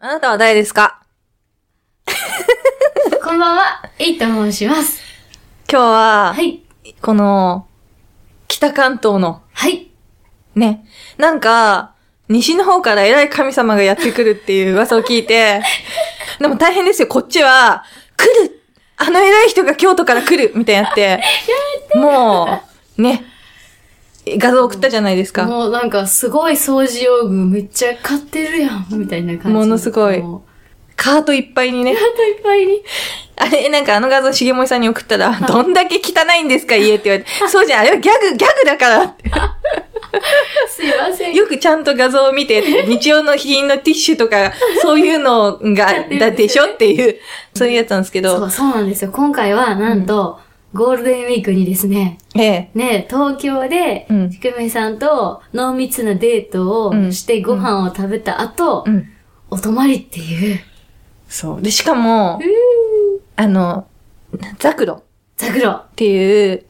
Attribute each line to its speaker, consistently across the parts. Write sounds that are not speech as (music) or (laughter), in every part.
Speaker 1: あなたは誰ですか
Speaker 2: こんばんは、エイと申します。
Speaker 1: 今日は、
Speaker 2: はい。
Speaker 1: この、北関東の、
Speaker 2: はい。
Speaker 1: ね、なんか、西の方から偉い神様がやってくるっていう噂を聞いて、でも大変ですよ、こっちは、来るあの偉い人が京都から来るみたいになって、もう、ね、画像送ったじゃないですか。
Speaker 2: もうなんかすごい掃除用具めっちゃ買ってるやん、みたいな感じ。
Speaker 1: ものすごい
Speaker 2: も
Speaker 1: カートいっぱいにね
Speaker 2: う。 (laughs) あといっぱいに。
Speaker 1: あれ、なんかあの画像、しげもいさんに送ったら、どんだけ汚いんですか、家って言われて。そうじゃん、あれはギャグ、ギャグだからって。
Speaker 2: すいませ
Speaker 1: (laughs)
Speaker 2: ん。
Speaker 1: よくちゃんと画像を見 (laughs) て、日用の品のティッシュとか、そういうのが、だでしょっていう、そういうやつなんですけ
Speaker 2: そ
Speaker 1: ど、
Speaker 2: う、そうなんですよ。今回はなんと、ゴールデンウィークにですね、
Speaker 1: ええ。
Speaker 2: ね、東京で
Speaker 1: うん、
Speaker 2: ちくめさんと濃密なデートをしてご飯を食べた後、
Speaker 1: うん。
Speaker 2: お泊まりっていう、
Speaker 1: そう。で、しかも、あの、ザクロっ
Speaker 2: ザクロ。
Speaker 1: ていう、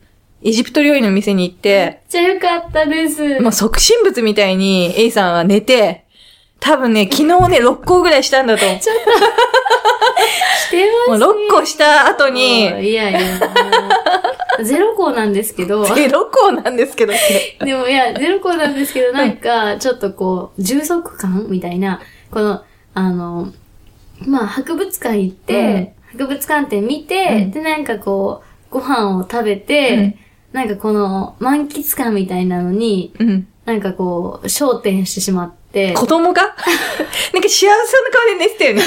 Speaker 1: エジプト料理の店に行って
Speaker 2: めっ、ちゃ良かったです。
Speaker 1: もう即身仏みたいに、A さんは寝て、多分ね、昨日ね、6個ぐらいしたんだ (laughs) と思う。
Speaker 2: して
Speaker 1: も
Speaker 2: ま
Speaker 1: う
Speaker 2: す
Speaker 1: 6個した後に、 (laughs)
Speaker 2: いやいや、 (laughs) もうゼロ校なんですけど、
Speaker 1: ゼロ校なんですけど、
Speaker 2: でもいや、ゼロ校なんですけど、なんか、ちょっとこう、充足感みたいな、この、あの、まあ、博物館行って、博物館展見て、
Speaker 1: うん
Speaker 2: で、なんかこう、ご飯を食べて、なんかこの、満喫感みたいなのに、
Speaker 1: うん。
Speaker 2: なんかこう、焦点してしまっ
Speaker 1: (laughs)
Speaker 2: て、
Speaker 1: 子供がなんか幸せな顔で寝てた
Speaker 2: (laughs)
Speaker 1: よね。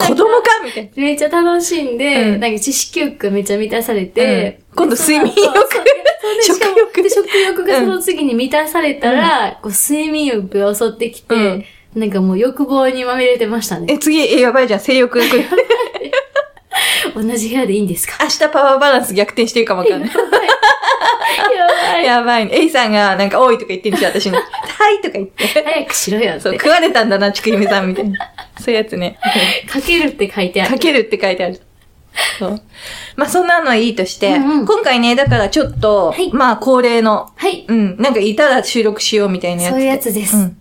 Speaker 1: 子供かみたいな。
Speaker 2: めっちゃ楽しんで、
Speaker 1: うん
Speaker 2: なんか知識欲がめっちゃ満たされて、
Speaker 1: うん今度睡眠欲
Speaker 2: そうそうそうでしかも
Speaker 1: 食欲
Speaker 2: で食欲がその次に満たされたら、こう睡眠欲が襲ってきて、なんかもう欲望にまみれてましたね。
Speaker 1: え、次、え、やばいじゃん。性欲が
Speaker 2: (laughs)
Speaker 1: 来る。
Speaker 2: 同じ部屋でいいんですか
Speaker 1: 明日パワーバランス逆転してるかもわかんない。
Speaker 2: やばい。
Speaker 1: やばいね。A さんがなんか、おいとか言ってんじゃん、
Speaker 2: (laughs)
Speaker 1: 私に。はいとか言って。
Speaker 2: 早くしろよ
Speaker 1: (laughs)
Speaker 2: っ
Speaker 1: そう、
Speaker 2: て。
Speaker 1: 食われたんだな、ちくゆめさんみたい
Speaker 2: (laughs)
Speaker 1: な。そういうやつね。
Speaker 2: かけるって書いてあ
Speaker 1: (laughs) か
Speaker 2: る。
Speaker 1: けるって書いてある。そう。まあ、そんなのはいいとして、
Speaker 2: うんうん
Speaker 1: 今回ね、だからちょっと、
Speaker 2: はい
Speaker 1: まあ、恒例の、
Speaker 2: はい。
Speaker 1: うん、なんかいたら収録しようみたいなやつ。
Speaker 2: そういうやつです。
Speaker 1: うん。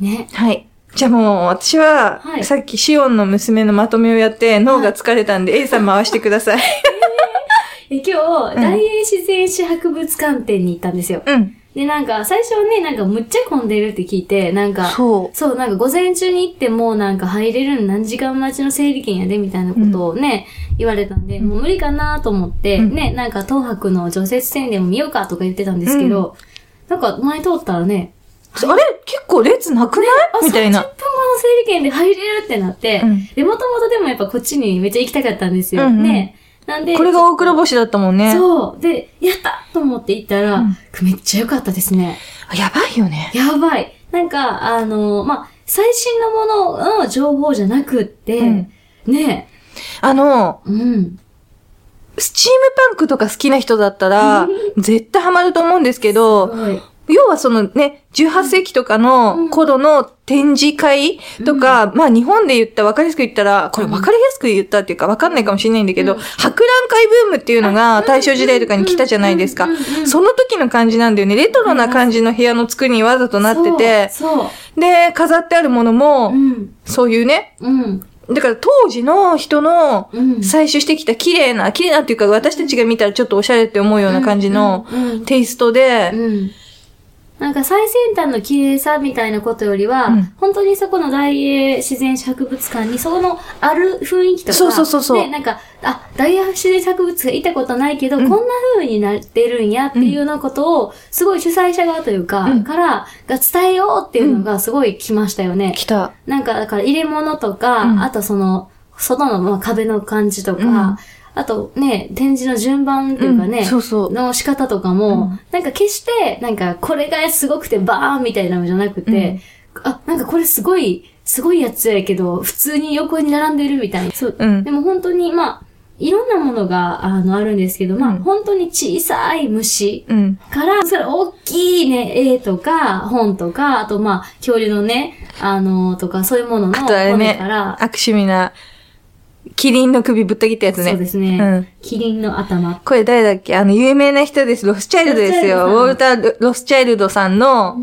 Speaker 2: ね。
Speaker 1: はい。じゃあもう、私は
Speaker 2: は、い
Speaker 1: さっきシオンの娘のまとめをやって、脳が疲れたんで、A さん回してください。
Speaker 2: (laughs) で今日、大英自然史博物館展に行ったんですよ。
Speaker 1: うん。
Speaker 2: で、なんか、最初はね、なんか、むっちゃ混んでるって聞いて、なんか、
Speaker 1: そう。
Speaker 2: そう、なんか午前中に行ってもうなんか入れるの何時間待ちの整理券やでみたいなことをね、言われたんで、もう無理かなと思って、
Speaker 1: うん
Speaker 2: ね、なんか東博の除雪線でも見ようかとか言ってたんですけど、なんか前通ったらね、
Speaker 1: あれ結構列なくない
Speaker 2: あ、
Speaker 1: みたい
Speaker 2: 30
Speaker 1: な。
Speaker 2: 分後の整理券で入れるってなって、
Speaker 1: うん
Speaker 2: で、もともとでもやっぱこっちにめっちゃ行きたかったんですよ。
Speaker 1: うんうん
Speaker 2: ね。なんで、
Speaker 1: これが大黒星だったもんね。
Speaker 2: そう。で、やったと思って行ったら、
Speaker 1: うん
Speaker 2: めっちゃ良かったですね。
Speaker 1: あやばいよね。
Speaker 2: やばい。なんか、あのまあ、最新のものの情報じゃなくって、
Speaker 1: うん
Speaker 2: ね
Speaker 1: あの、
Speaker 2: え、うん。
Speaker 1: スチームパンクとか好きな人だったら、絶対ハマると思うんですけ
Speaker 2: す
Speaker 1: ど、
Speaker 2: ごい。
Speaker 1: 要はそのね、18世紀とかの頃の展示会とか、まあ日本で言った、わかりやすく言ったら、これわかりやすく言ったっていうかわかんないかもしれないんだけど、
Speaker 2: うん
Speaker 1: 博覧会ブームっていうのが大正時代とかに来たじゃないですか
Speaker 2: うんうんうんうん。
Speaker 1: その時の感じなんだよね。レトロな感じの部屋の作りにわざとなってて、
Speaker 2: そう。そ
Speaker 1: で、飾ってあるもの
Speaker 2: うう
Speaker 1: も、
Speaker 2: ん。
Speaker 1: そういうね、
Speaker 2: うん。
Speaker 1: だから当時の人の
Speaker 2: うん。
Speaker 1: 採取してきた綺麗な、綺麗なっていうか私たちが見たらちょっとおしゃれって思うような感じの
Speaker 2: うんうん
Speaker 1: テイストで
Speaker 2: う、ん。なんか最先端の綺麗さみたいなことよりは、
Speaker 1: うん
Speaker 2: 本当にそこの大英自然史博物館にそのある雰囲気とか、
Speaker 1: そうそうそうそう
Speaker 2: ね、なんか、あ、大英自然史博物館いたことないけど、
Speaker 1: ん
Speaker 2: こんな風になってるんやっていうようなことを、すごい主催者側というか、
Speaker 1: うん
Speaker 2: から、が伝えようっていうのがすごい来ましたよね。
Speaker 1: 来た。
Speaker 2: なんか、だから入れ物とか、
Speaker 1: うん
Speaker 2: あとその、外のまあ壁の感じとか、
Speaker 1: うん
Speaker 2: あとね、展示の順番っていうかね、
Speaker 1: うんそうそう。
Speaker 2: の仕方とかも、なんか決して、なんかこれがすごくてバーンみたいなのじゃなくて、あ、なんかこれすごい、すごいやつやけど、普通に横に並んでるみたいな。そう。
Speaker 1: うん
Speaker 2: でも本当に、まあ、いろんなものが、あの、あるんですけど、まあ、
Speaker 1: うん
Speaker 2: 本当に小さい虫
Speaker 1: うん。
Speaker 2: から、それ大きいね、絵とか、本とか、あとまあ、恐竜のね、あのとか、そういうものの
Speaker 1: あとあれ
Speaker 2: 骨
Speaker 1: ね
Speaker 2: から、、
Speaker 1: 悪趣味な、キリンの首ぶった切ったやつね。
Speaker 2: そうですね、キリンの頭
Speaker 1: これ誰だっけあの、有名な人です。ロスチャイルドですよ。ウォ
Speaker 2: ロ
Speaker 1: ル
Speaker 2: ス
Speaker 1: ター・ロスチャイルドさんの、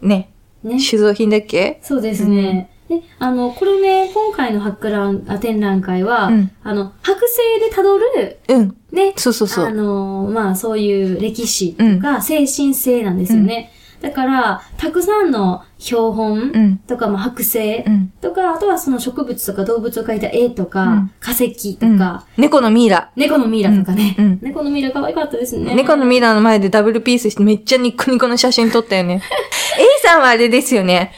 Speaker 1: ね、
Speaker 2: ね。
Speaker 1: 酒造品だっけ
Speaker 2: そうですね。で、あの、これね、今回の博覧、あ展覧会は、
Speaker 1: うん
Speaker 2: あの、剥製でたどる、
Speaker 1: うん。
Speaker 2: ね、
Speaker 1: そうそうそ
Speaker 2: あ
Speaker 1: う。
Speaker 2: のーまあ、そういう歴史とか、精神性なんですよね。だから、たくさんの標
Speaker 1: う
Speaker 2: 本
Speaker 1: ん。
Speaker 2: とか、まあ、剥製
Speaker 1: うん。
Speaker 2: とか、あとはその植物とか動物を描いた絵とか、
Speaker 1: うん
Speaker 2: 化石と
Speaker 1: うん
Speaker 2: か、
Speaker 1: 猫のミイラ。
Speaker 2: 猫のミイラとかね。
Speaker 1: うんうん
Speaker 2: 猫のミイラ可愛かったですね。
Speaker 1: 猫のミイラの前でダブルピースしてめっちゃニッコニコの写真撮ったよ (laughs) ね。A さんはあれですよね。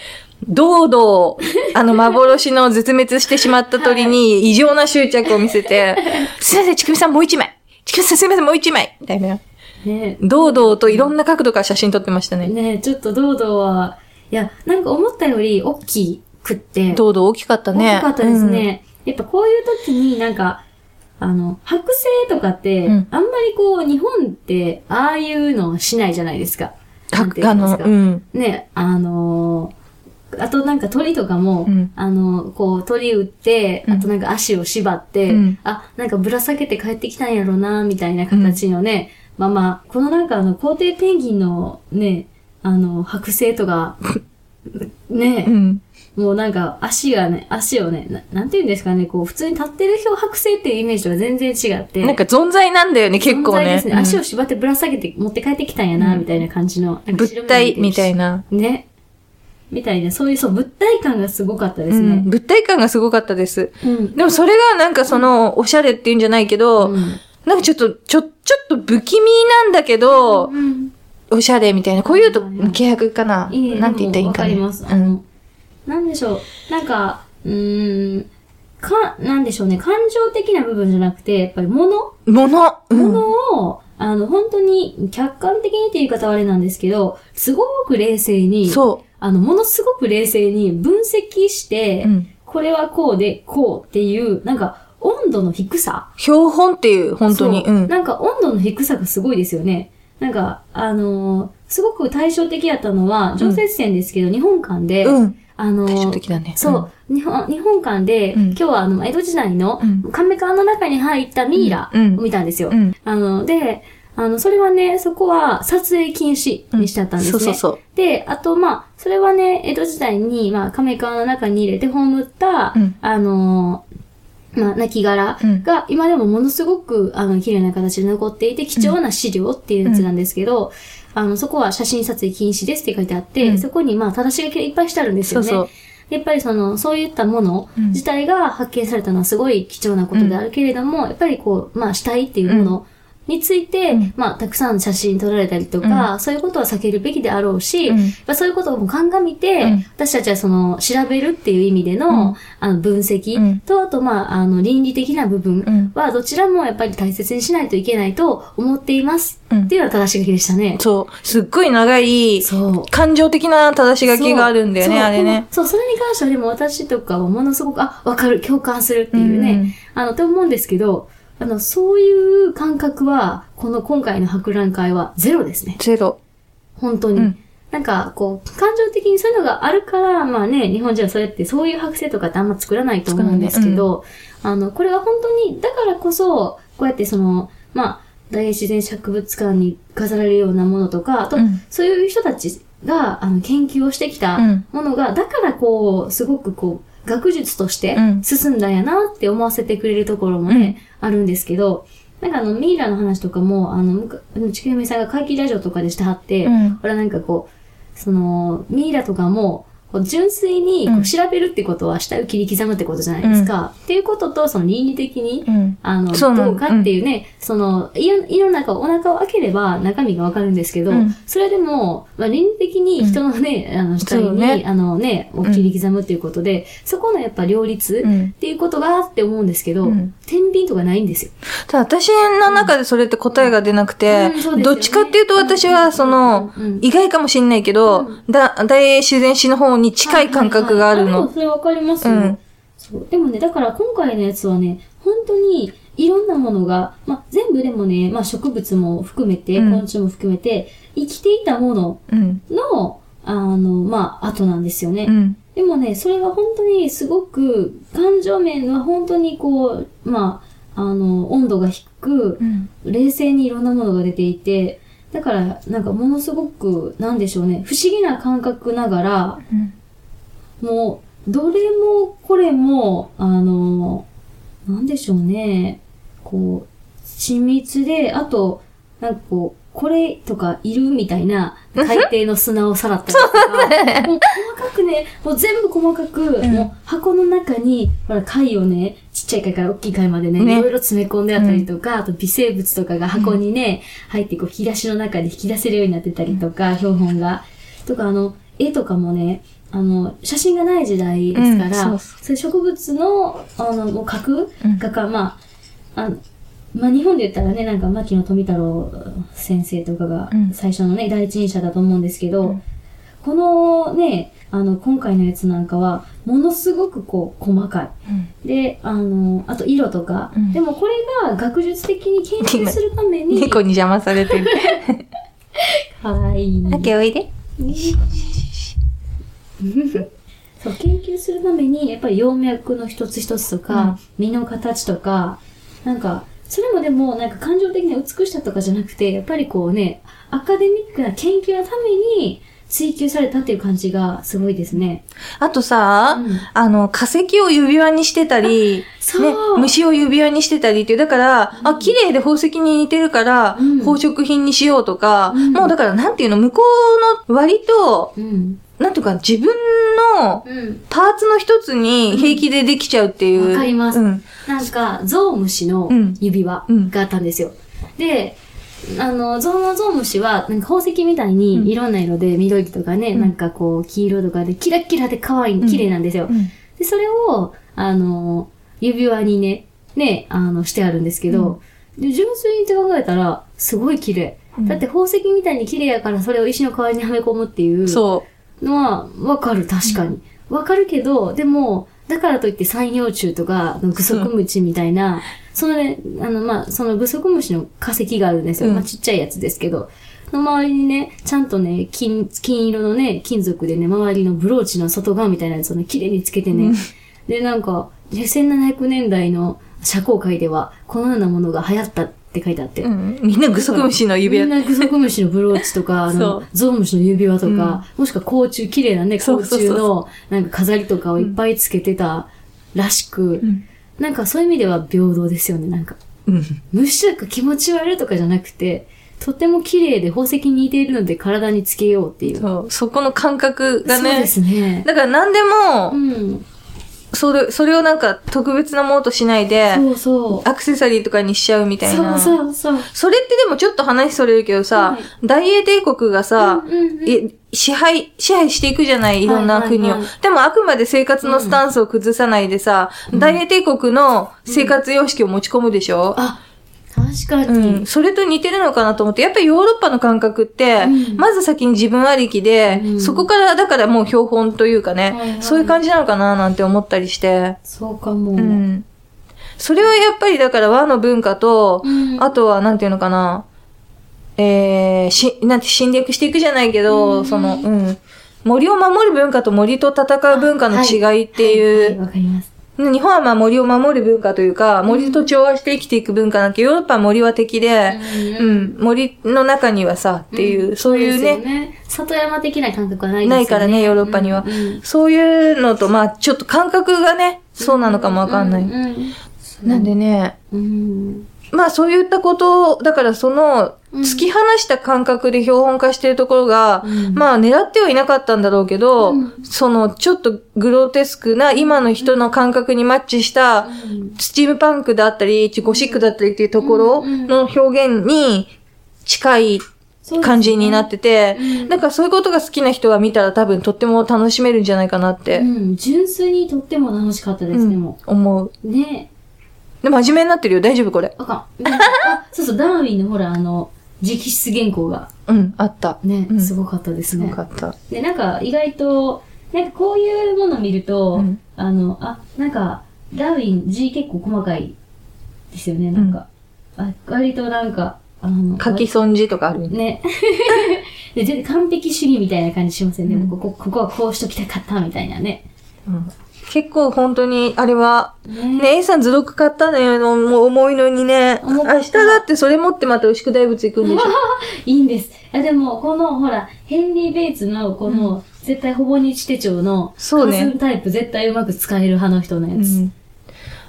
Speaker 1: 堂々、あの、幻の絶滅してしまった鳥に異常な執着を見せ (laughs) て、すいません、ちくみさんもう一枚。ちくみさんすいません、もう一枚。みたいな。
Speaker 2: ね
Speaker 1: 堂々といろんな角度から写真撮ってましたね。
Speaker 2: ねちょっと堂々は、いや、なんか思ったより大きくって、
Speaker 1: 堂々大きかったね。
Speaker 2: 大きかったですね。やっぱこういう時になんか、あの、剥製とかって、
Speaker 1: うん
Speaker 2: あんまりこう、日本って、ああいうのしないじゃないですか。
Speaker 1: うん。
Speaker 2: なん
Speaker 1: か
Speaker 2: て言
Speaker 1: あ
Speaker 2: います
Speaker 1: の、
Speaker 2: か
Speaker 1: うん。
Speaker 2: ね、あのーあとなんか鳥とかも、
Speaker 1: うん
Speaker 2: あの、こう鳥打って、
Speaker 1: うん
Speaker 2: あとなんか足を縛って、
Speaker 1: うん
Speaker 2: あ、なんかぶら下げて帰ってきたんやろな、みたいな形のね、まあまあ、このなんかあの、皇帝ペンギンのね、あの、剥製
Speaker 1: (laughs)
Speaker 2: とか、ね
Speaker 1: う、ん。
Speaker 2: もうなんか足がね、足をね、ななんて言うんですかね、こう、普通に立ってる表剥製っていうイメージとは全然違って。
Speaker 1: なんか存在なんだよね、結構
Speaker 2: 存在
Speaker 1: ね
Speaker 2: です。ね。足を縛ってぶら下げて持って帰ってきたんやな、
Speaker 1: うん
Speaker 2: みたいな感じの。
Speaker 1: うん物体みたい
Speaker 2: な。
Speaker 1: な。
Speaker 2: ね。みたいな、そういう、そう、物体感がすごかったで
Speaker 1: う
Speaker 2: す
Speaker 1: ん。
Speaker 2: ね。
Speaker 1: 物体感がすごかったです。
Speaker 2: うん。
Speaker 1: でもそれがなんかその、おしゃれっていうんじゃないけど、
Speaker 2: うん
Speaker 1: なんかちょっと、ちょ、ちょっと不気味なんだけど、
Speaker 2: うん
Speaker 1: おしゃれみたいな。こういうと、
Speaker 2: うん
Speaker 1: 契約かな。
Speaker 2: いい
Speaker 1: なんて言ったらいいんかな。
Speaker 2: でもわかりま
Speaker 1: う
Speaker 2: す。あ
Speaker 1: ん。
Speaker 2: の、なんでしょう。なんか、うーん、か、なんでしょうね。感情的な部分じゃなくて、やっぱり物
Speaker 1: もの。うん
Speaker 2: ものを、あの、本当に客観的にっていう言い方はあれなんですけど、すごく冷静に、
Speaker 1: そ
Speaker 2: あの、ものすごく冷静に分析して、
Speaker 1: う。うん。
Speaker 2: これはこうで、こうっていう、なんか、温度の低さ
Speaker 1: 標本っていう、本当に。う。
Speaker 2: そうんなんか温度の低さがすごいですよね。なんか、あのーすごく対照的やったのは、常設展ですけど、日本館で、
Speaker 1: うん。
Speaker 2: あのー
Speaker 1: 対照的だね。
Speaker 2: そう、日本、日本館で、
Speaker 1: うん
Speaker 2: 今日はあの、江戸時代の
Speaker 1: うん、
Speaker 2: 亀館の中に入ったミイラを
Speaker 1: うん
Speaker 2: 見たんですよ。
Speaker 1: うん。うん。
Speaker 2: あの、で、あの、それはね、そこは撮影禁止にしてあったんですね。
Speaker 1: そうそうそう。
Speaker 2: で、あと、まあ、それはね、江戸時代に、まあ、亀川の中に入れて葬った、
Speaker 1: うん
Speaker 2: あのーまあ、亡骸が、
Speaker 1: うん
Speaker 2: 今でもものすごく、あの、綺麗な形で残っていて、貴重な資料っていうやつなんですけど、あの、そこは写真撮影禁止ですって書いてあって、
Speaker 1: うん
Speaker 2: そこに、まあ、正し書きがいっぱいしてあるんです
Speaker 1: そ
Speaker 2: よ
Speaker 1: う
Speaker 2: ね。
Speaker 1: そう。
Speaker 2: やっぱりその、そういったもの
Speaker 1: うん
Speaker 2: 自体が発見されたのはすごい貴重なことであるけれども、やっぱりこう、まあ死体っていうものについて、
Speaker 1: うん
Speaker 2: まあたくさん写真撮られたりとか、そういうことは避けるべきであろうし、
Speaker 1: うん
Speaker 2: やっぱそういうことを鑑みて、
Speaker 1: うん
Speaker 2: 私たちはその、調べるっていう意味で
Speaker 1: う
Speaker 2: の、
Speaker 1: ん
Speaker 2: あの、分析
Speaker 1: うん
Speaker 2: と、あとまあ、あの、倫理的な部分はどちらもやっぱり大切にしないといけないと思っています。
Speaker 1: うん
Speaker 2: っていうのは正し書きでしたね。
Speaker 1: そう。すっごい長い、
Speaker 2: そう。
Speaker 1: 感情的な正し書きがあるんだよね、
Speaker 2: そう
Speaker 1: あれね。
Speaker 2: そう、そうそれに関してはでも私とかはものすごく、あ、わかる、共感するっていうね、あの、と思うんですけど、あの、そういう感覚は、この今回の博覧会はゼロですね。
Speaker 1: ゼロ。
Speaker 2: 本当に。
Speaker 1: うん
Speaker 2: なんか、こう、感情的にそういうのがあるから、まあね、日本人はそうやって、そういう剥製とかってあんま作らないと思うんですけど、あの、これは本当に、だからこそ、こうやってその、まあ、大自然植物館に飾られるようなものとか、あと、
Speaker 1: うん
Speaker 2: そういう人たちが、あの、研究をしてきた
Speaker 1: うん
Speaker 2: ものが、だからこう、すごくこう、学術として
Speaker 1: うん
Speaker 2: 進んだんやなって思わせてくれるところもね、あるんですけど、なんかあの、ミイラの話とかも、あの、むかちくやみさんが怪奇ラジオとかでしてはって、
Speaker 1: うん
Speaker 2: これはなんかこう、その、ミイラとかも、こう純粋にこ
Speaker 1: うん
Speaker 2: う調べるってことは下を切り刻むってことじゃないですか。っていうことと、その倫理的に、
Speaker 1: うん。
Speaker 2: あの、
Speaker 1: そうなん
Speaker 2: どうかっていうね、その、胃の胃の中を、お腹を開ければ中身がわかるんですけど、
Speaker 1: うん
Speaker 2: それでも、まあ、倫理的に人のね、あの、下に、
Speaker 1: そうね
Speaker 2: あのね、を切り刻むっていうことで、そこのやっぱ両立
Speaker 1: う
Speaker 2: っ
Speaker 1: ん
Speaker 2: ていうことがあって思うんですけど、
Speaker 1: うん
Speaker 2: 天秤とかないんですよ。
Speaker 1: ただ私の中でそれって答えが出なくて
Speaker 2: うんうんそうですよね、
Speaker 1: どっちかっていうと私はその
Speaker 2: うんうん、
Speaker 1: 意外かもしんないけど、だ大自然史の方に近い感覚がある
Speaker 2: はいはいはい
Speaker 1: の。
Speaker 2: でもそれわかりますよ、
Speaker 1: うん
Speaker 2: そう。でもね、だから今回のやつはね、本当にいろんなものが、まあ、全部でもね、まあ、植物も含めて、
Speaker 1: うん
Speaker 2: 昆虫も含めて、生きていたもの
Speaker 1: うん。
Speaker 2: の、あの、まあ、後なんですよね。
Speaker 1: うん。
Speaker 2: でもね、それが本当にすごく、感情面は本当にこう、まあ、あの、温度が低く、
Speaker 1: うん。
Speaker 2: 冷静にいろんなものが出ていて、だから、なんかものすごく、なんでしょうね、不思議な感覚ながら、もう、どれもこれも、あの、なんでしょうね。こう、親密で、あと、なんかこう、これとかいるみたいな、海底の砂をさらったりと (laughs) か、もう細かくね、もう全部細かく、
Speaker 1: うん
Speaker 2: もう箱の中に、ほら、貝をね、ちっちゃい貝から大きい貝までね、
Speaker 1: ね
Speaker 2: いろいろ詰め込んであったりとか、あと微生物とかが箱にね、入ってこう、引き出しの中で引き出せるようになってたりとか、標本が。とか、あの、絵とかもね、あの、写真がない時代ですから、
Speaker 1: うんそう
Speaker 2: そういう植物の、あの、もう描く
Speaker 1: うん
Speaker 2: 画家、まあ、あのまあ、日本で言ったらね、なんか、牧野富太郎先生とかが
Speaker 1: うん
Speaker 2: 最初のね、第一人者だと思うんですけど、
Speaker 1: うん
Speaker 2: このね、あの、今回のやつなんかは、ものすごくこう、細か
Speaker 1: うん
Speaker 2: い。で、あの、あと色とか。
Speaker 1: うん
Speaker 2: でもこれが学術的に研究するために、
Speaker 1: 猫に邪魔されてる。
Speaker 2: かわい
Speaker 1: (laughs)
Speaker 2: い。
Speaker 1: けおいで。
Speaker 2: そう研究するためにやっぱり葉脈の一つ一つとか、実の形とかなんかそれもでもなんか感情的な美しさとかじゃなくてやっぱりこうねアカデミックな研究のために追求されたっていう感じがすごいですね。
Speaker 1: あとさ、
Speaker 2: うん
Speaker 1: あの、化石を指輪にしてたり、
Speaker 2: そう
Speaker 1: ね、虫を指輪にしてたりっていう、だから、
Speaker 2: うん
Speaker 1: あ、綺麗で宝石に似てるから、
Speaker 2: うん
Speaker 1: 宝飾品にしようとか、
Speaker 2: うん
Speaker 1: もうだから、なんていうの、向こうの割と、
Speaker 2: うん。
Speaker 1: なんていうか、自分の
Speaker 2: うん。
Speaker 1: パーツの一つに平気でできちゃうっていう。
Speaker 2: わかります
Speaker 1: うん。
Speaker 2: なんかゾウムシの指輪
Speaker 1: うん
Speaker 2: があったんですよ。で、あの、ゾウのゾウムシは、なんか宝石みたいにいろんな色で緑とかね、
Speaker 1: うん
Speaker 2: なんかこう黄色とかでキラキラで可愛い、
Speaker 1: うん
Speaker 2: 綺麗なんですよ。
Speaker 1: うん
Speaker 2: で、それを、あの、指輪にね、ね、あの、してあるんですけど、で純粋にって考えたら、すごい綺麗。
Speaker 1: うん
Speaker 2: だって宝石みたいに綺麗やから、それを石の代わりにはめ込むっていう
Speaker 1: そ
Speaker 2: のは、わかる、確かに。わ、かるけど、でも、だからといって三葉虫とか、グソクムチみたいな、そのね、あの、まあ、そのグソクムシの化石があるんですよ。
Speaker 1: うん
Speaker 2: まあ、ちっちゃいやつですけど、の周りにね、ちゃんとね、金、金色のね、金属でね、周りのブローチの外側みたいなやつをね、綺麗につけてね、で、なんか、1700年代の社交界では、このようなものが流行ったって書いてあって、
Speaker 1: う。うん。みんなグソクムシの指輪。
Speaker 2: みんなグソクムシのブローチ
Speaker 1: (laughs)
Speaker 2: とか、あ
Speaker 1: そ
Speaker 2: の
Speaker 1: う、
Speaker 2: ゾウムシの指輪と
Speaker 1: うん
Speaker 2: か、もしくは甲虫、綺麗なね、甲
Speaker 1: そう
Speaker 2: 虫
Speaker 1: そうそう
Speaker 2: の、なんか飾りとかをいっぱいつけてたらしく、
Speaker 1: うん。
Speaker 2: なんかそういう意味では平等ですよね、なんか。
Speaker 1: うん。
Speaker 2: むしろ気持ち悪いとかじゃなくて、とても綺麗で宝石に似ているので体につけようっていう。
Speaker 1: そう。そこの感覚が
Speaker 2: そう
Speaker 1: ね
Speaker 2: で。すね。
Speaker 1: だから何で
Speaker 2: う
Speaker 1: も、
Speaker 2: ん。
Speaker 1: それ、それをなんか特別なものとしないで、
Speaker 2: そうそう。
Speaker 1: アクセサリーとかにしちゃうみたい
Speaker 2: そ
Speaker 1: な。
Speaker 2: うそうそう。
Speaker 1: それってでもちょっと話それるけどさ、
Speaker 2: は
Speaker 1: 大英帝国がさ
Speaker 2: う、んうんうん
Speaker 1: え支配、支配していくじゃないいろんな国を、
Speaker 2: はいはいは
Speaker 1: でもあくまで生活のスタンスを崩さないでさ、
Speaker 2: うん
Speaker 1: 大英帝国の生活様式を持ち込むでしょ、
Speaker 2: あ、確か
Speaker 1: うん
Speaker 2: に。
Speaker 1: それと似てるのかなと思って、やっぱりヨーロッパの感覚って、
Speaker 2: うん
Speaker 1: まず先に自分ありきで、
Speaker 2: うん
Speaker 1: そこからだからもう標本というかね、
Speaker 2: はいはい
Speaker 1: そういう感じなのかななんて思ったりして。
Speaker 2: そうかも。
Speaker 1: うん。それはやっぱりだから和の文化と、
Speaker 2: うん
Speaker 1: あとはなんていうのかな、えー、し、なんて侵略していくじゃないけど、
Speaker 2: うん
Speaker 1: その、うん。森を守る文化と森と戦う文化の違いって
Speaker 2: はいは
Speaker 1: う、
Speaker 2: わかります。
Speaker 1: 日本はまあ森を守る文化というか、森と調和して生きていく文化なんて、ヨーロッパは森は敵で、
Speaker 2: う
Speaker 1: うんん、森の中にはさ、っていう、
Speaker 2: ん
Speaker 1: そういう
Speaker 2: ですよ
Speaker 1: ね、
Speaker 2: 里山的な感覚はないですよね。
Speaker 1: ないからね、ヨーロッパには。
Speaker 2: うんうん
Speaker 1: そういうのと、まあ、ちょっと感覚がね、そうなのかもわかんない。
Speaker 2: ううん
Speaker 1: なんでね、
Speaker 2: うん
Speaker 1: まあそういったことを、だからその、
Speaker 2: うん
Speaker 1: 突き放した感覚で標本化してるところが、
Speaker 2: うん
Speaker 1: まあ狙ってはいなかったんだろうけど、
Speaker 2: うん
Speaker 1: そのちょっとグロテスクな今の人の感覚にマッチした、スチームパンクだったり、ゴシックだったりっていうところの表現に近い感じになっ。てて、
Speaker 2: うんうん
Speaker 1: なんかそういうことが好きな人が見たら多分とっても楽しめるんじゃないかなっ
Speaker 2: う
Speaker 1: て、
Speaker 2: ん、純粋にとっても楽しかったです、
Speaker 1: うん
Speaker 2: でも。
Speaker 1: 思う。
Speaker 2: ね
Speaker 1: で、真面目になってるよ。大丈夫これ。
Speaker 2: あかん。あ、そうそう、ダーウィンのほら、あの、直筆原稿が
Speaker 1: うん、あった。
Speaker 2: ね
Speaker 1: う、ん
Speaker 2: すごかったです
Speaker 1: すご
Speaker 2: ね
Speaker 1: か。った。
Speaker 2: で、なんか意外と、なんかこういうもの見ると、
Speaker 1: うん
Speaker 2: あの、あ、なんか、ダーウィン字結構細かいですよね、なんか。あ割となんか、あの、
Speaker 1: 書き損じとかあるね
Speaker 2: ね。 (laughs) で、全然完璧主義みたいな感じしますよね。
Speaker 1: うん
Speaker 2: ここ、ここはこうしときたかったみたいなね。
Speaker 1: うん結構本当に、あれは、
Speaker 2: ね
Speaker 1: ね、A さん図録買ったのよ、もう重いのにね。明
Speaker 2: 重かった
Speaker 1: 日だってそれ持ってまた牛
Speaker 2: (laughs)
Speaker 1: 久大仏行くんでしょ。
Speaker 2: いいんです。あでも、この、ほら、ヘンリー・ベイツの、この、絶対ほぼ日手帳の、
Speaker 1: そうね
Speaker 2: カズンタイプ絶対うまく使える派の人のや
Speaker 1: う
Speaker 2: つ。
Speaker 1: ん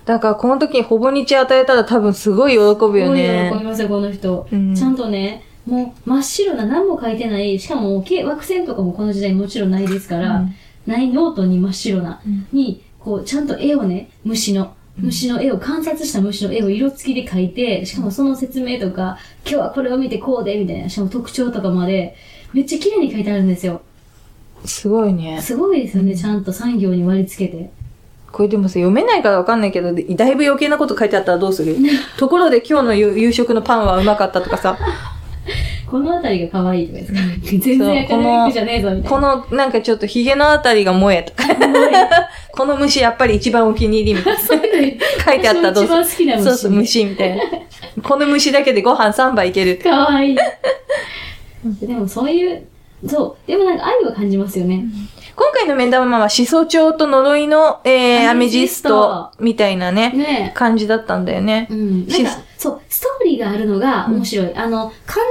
Speaker 1: だからこの時にほぼ日与えたら多分すごい喜ぶよ
Speaker 2: すごい喜
Speaker 1: ね。
Speaker 2: びますよ、この人。
Speaker 1: うん
Speaker 2: ちゃんとね、もう真っ白な何も書いてない、しかもけ枠線とかもこの時代もちろんないですから、
Speaker 1: うん
Speaker 2: ないノートに真っ白な、
Speaker 1: うん
Speaker 2: に、こう、ちゃんと絵をね、虫の、虫の絵を、観察した虫の絵を色付きで描いて、しかもその説明とか、今日はこれを見てこうで、みたいな、しかも特徴とかまで、めっちゃ綺麗に描いてあるんですよ。
Speaker 1: すごいね。
Speaker 2: すごいですよね、ちゃんと産業に割り付けて。
Speaker 1: これでもさ、読めないからわかんないけど、でだいぶ余計なこと書いてあったらどうするところで今日の夕夕食のパンはうまかったとかさ、
Speaker 2: このあたりが可愛いとかですか、全然
Speaker 1: そう
Speaker 2: 明るいじゃねえぞ、みたい
Speaker 1: このなんかちょっとヒゲのあたりが萌えとか、
Speaker 2: な。
Speaker 1: この虫やっぱり一番お気に入りみたいな。
Speaker 2: そういうの
Speaker 1: 書いてあったらどう
Speaker 2: 私の一番好きな虫。
Speaker 1: そうそう、虫みたいな。この虫だけでご飯3杯いける。
Speaker 2: かわいい。でもそういう、そう。でもなんか愛は感じますよね。
Speaker 1: 今回の面談はまあ思想帳と呪いの、えー、ア
Speaker 2: ア
Speaker 1: メ
Speaker 2: メ
Speaker 1: ジ
Speaker 2: ジ
Speaker 1: ス
Speaker 2: ス
Speaker 1: ト
Speaker 2: ト
Speaker 1: みたいなね、
Speaker 2: ね
Speaker 1: 感じだったんだよね
Speaker 2: え。。うん。なん
Speaker 1: シ
Speaker 2: か
Speaker 1: ス、
Speaker 2: そう、ストーリーがあるのが面白い。あの、感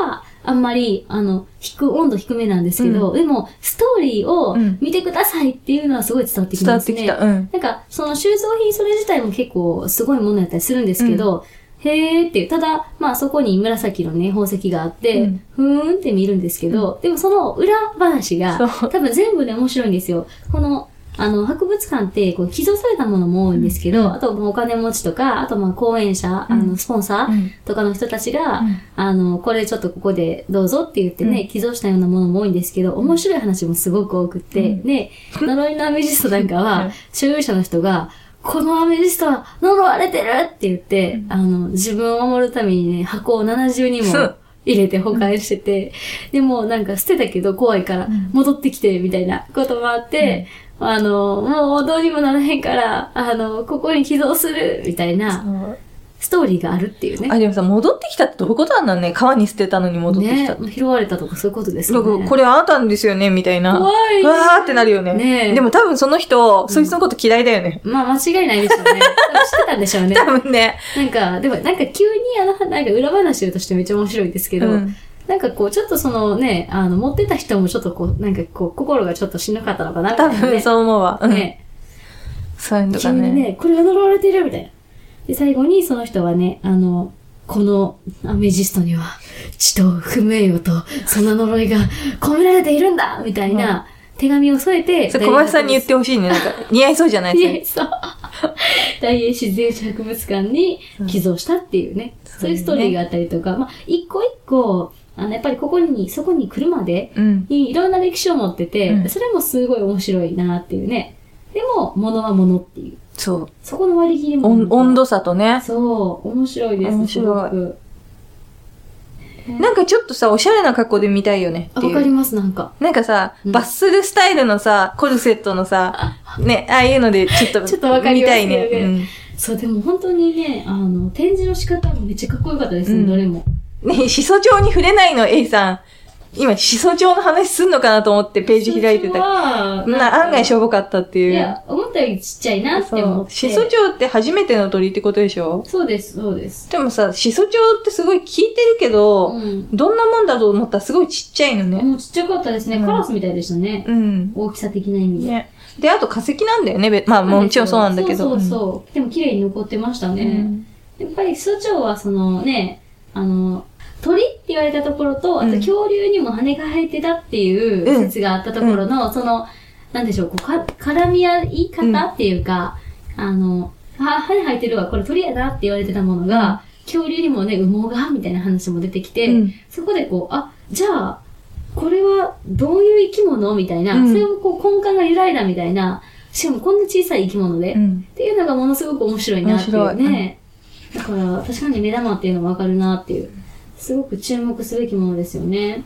Speaker 2: 情は、あんまり、あの、低、温度低めなんですけど、でも、ストーリーを
Speaker 1: うん
Speaker 2: 見てくださいっていうのはすごい伝わってき
Speaker 1: 伝わ
Speaker 2: ま
Speaker 1: っ
Speaker 2: す
Speaker 1: て
Speaker 2: ね。
Speaker 1: きた。うん。
Speaker 2: なんか、その収蔵品それ自体も結構すごいものやったりするんですけど、へーっていう、ただ、まあそこに紫のね、宝石があって、
Speaker 1: うん
Speaker 2: ふーんって見るんですけど、でもその裏話が
Speaker 1: そ、
Speaker 2: 多分全部で面白いんですよ。この、あの、博物館って、こう、寄贈されたものも多いんですけど、あと、お金持ちとか、あと、まあ、講演者、あ
Speaker 1: うん
Speaker 2: の、スポンサ
Speaker 1: うん
Speaker 2: ーとかの人たちが、
Speaker 1: うん
Speaker 2: あの、これちょっとここでどうぞって言ってね、
Speaker 1: うん
Speaker 2: 寄贈したようなものも多いんですけど、面白い話もすごく多くって、
Speaker 1: うん (laughs)
Speaker 2: で、呪いのアメジストなんか
Speaker 1: うん
Speaker 2: は、所有者の人が、このアメジストは呪われてるって言って、あの、自分を守るためにね、箱を70に
Speaker 1: そ
Speaker 2: も
Speaker 1: う
Speaker 2: 入れて保管してて、でもなんか捨てたけど怖いから
Speaker 1: ん
Speaker 2: 戻ってきてみたいなこともあって、あの、もうどうにもならへんから、あの、ここに寄贈するみたいなストーリーがあるっていうね。
Speaker 1: あ、でもさ、戻ってきたってどういうことなんだろうね。川に捨てたのに戻ってきたって。
Speaker 2: ね、拾われたとかそういうことです
Speaker 1: な
Speaker 2: よ
Speaker 1: んか
Speaker 2: ね。
Speaker 1: これあなたんですよね、みたいな。
Speaker 2: 怖い
Speaker 1: わーってなるよね。
Speaker 2: ねえ
Speaker 1: でも多分その人、そいつのこと嫌いだよね。
Speaker 2: まあ間違いないですよね。多分知ってたんでしょう
Speaker 1: (laughs)
Speaker 2: ね。
Speaker 1: 多分ね。
Speaker 2: なんか、でもなんか急にあの、なんか裏話としてめっちゃ面白いですけど、
Speaker 1: うん
Speaker 2: なんかこう、ちょっとそのね、あの、持ってた人もちょっとこう、なんかこう、心がちょっとしんどかったのかなみた
Speaker 1: 多
Speaker 2: いな、
Speaker 1: 分
Speaker 2: ね。
Speaker 1: そう思うわ。うん。
Speaker 2: ね。
Speaker 1: そういうのと
Speaker 2: 急
Speaker 1: か
Speaker 2: にね
Speaker 1: ね。
Speaker 2: これが呪われてるみたいな。で、最後にその人はね、あの、このアメジストには、血と不名誉と、その呪いが込められているんだみたいな手紙を添えて、
Speaker 1: それ小林さんに言ってほしいね。なんか、似合いそうじゃない
Speaker 2: い
Speaker 1: で
Speaker 2: や、そう。 (laughs) 大英自然史博物館に寄贈したっていうね、
Speaker 1: うん
Speaker 2: そういうストーリーがあったりとか、まあ、一個一個、あの、やっぱりここに、そこに来るまで、
Speaker 1: うん。
Speaker 2: いろんな歴史を持ってて、
Speaker 1: うん
Speaker 2: それもすごい面白いなっていうね。でも、物は物っていう。
Speaker 1: そう。
Speaker 2: そこの割り切りも。
Speaker 1: 温温度差とね。
Speaker 2: そう、面白いです。
Speaker 1: 面白い
Speaker 2: すごく
Speaker 1: なんかちょっとさ、おしゃれな格好で見たいよね
Speaker 2: あ
Speaker 1: って
Speaker 2: わ
Speaker 1: い
Speaker 2: かり
Speaker 1: う。
Speaker 2: ます、なんか。
Speaker 1: なんかさ、
Speaker 2: うん
Speaker 1: バッスルスタイルのさ、コルセットのさ、ね、ああいうのでちょっと
Speaker 2: (laughs) ちょっとわかり
Speaker 1: 見
Speaker 2: ます
Speaker 1: た
Speaker 2: よね
Speaker 1: いね。
Speaker 2: そう、でも本当にね、あの、展示の仕方もめっちゃかっこよかったですね、
Speaker 1: うん
Speaker 2: どれも。
Speaker 1: うんね、しそ帳に触れないの、エイさん。今、しそ帳の話すんのかなと思ってページ開いてた。
Speaker 2: た
Speaker 1: な案外しょぼかったっていう。
Speaker 2: いや、思ったよりちっちゃいなって思
Speaker 1: そ
Speaker 2: っ
Speaker 1: う。
Speaker 2: て。
Speaker 1: しそ帳って初めての鳥ってことでしょ
Speaker 2: そうです、そうです。
Speaker 1: でもさ、しそ帳ってすごい聞いてるけど、
Speaker 2: うん。
Speaker 1: どんなもんだと思ったらすごいちっちゃいのね。
Speaker 2: もうちっちゃかったですね。
Speaker 1: うん
Speaker 2: カラスみたいでしたね。
Speaker 1: うん。
Speaker 2: 大きさ的な意味で。
Speaker 1: ね。で、あと化石なんだよね。べまあ、もちろんそうなんだけど。
Speaker 2: そうそうそう。でも綺麗に残ってました
Speaker 1: うん
Speaker 2: ね。やっぱり、素長はそのね、あの、鳥って言われたところと、あ
Speaker 1: う
Speaker 2: と
Speaker 1: ん
Speaker 2: 恐竜にも羽が生えてたっていう
Speaker 1: うん
Speaker 2: 説があったところの、その、なんでしょう、こうか、絡み合い方っていうか、あの、は、羽生えてるわ、これ鳥やなって言われてたものが、恐竜にもね、羽毛が、みたいな話も出てきて、
Speaker 1: うん
Speaker 2: そこでこう、あ、じゃあ、これはどういう生き物みたいな、
Speaker 1: うん
Speaker 2: それもこう根幹が由来だみたいな、しかもこんな小さい生き物で、
Speaker 1: うん。
Speaker 2: っていうのがものすごく面白いなっていう
Speaker 1: 面
Speaker 2: ね。だから、確かに目玉っていうのがわかるなっていう。すごく注目すべきものですよね。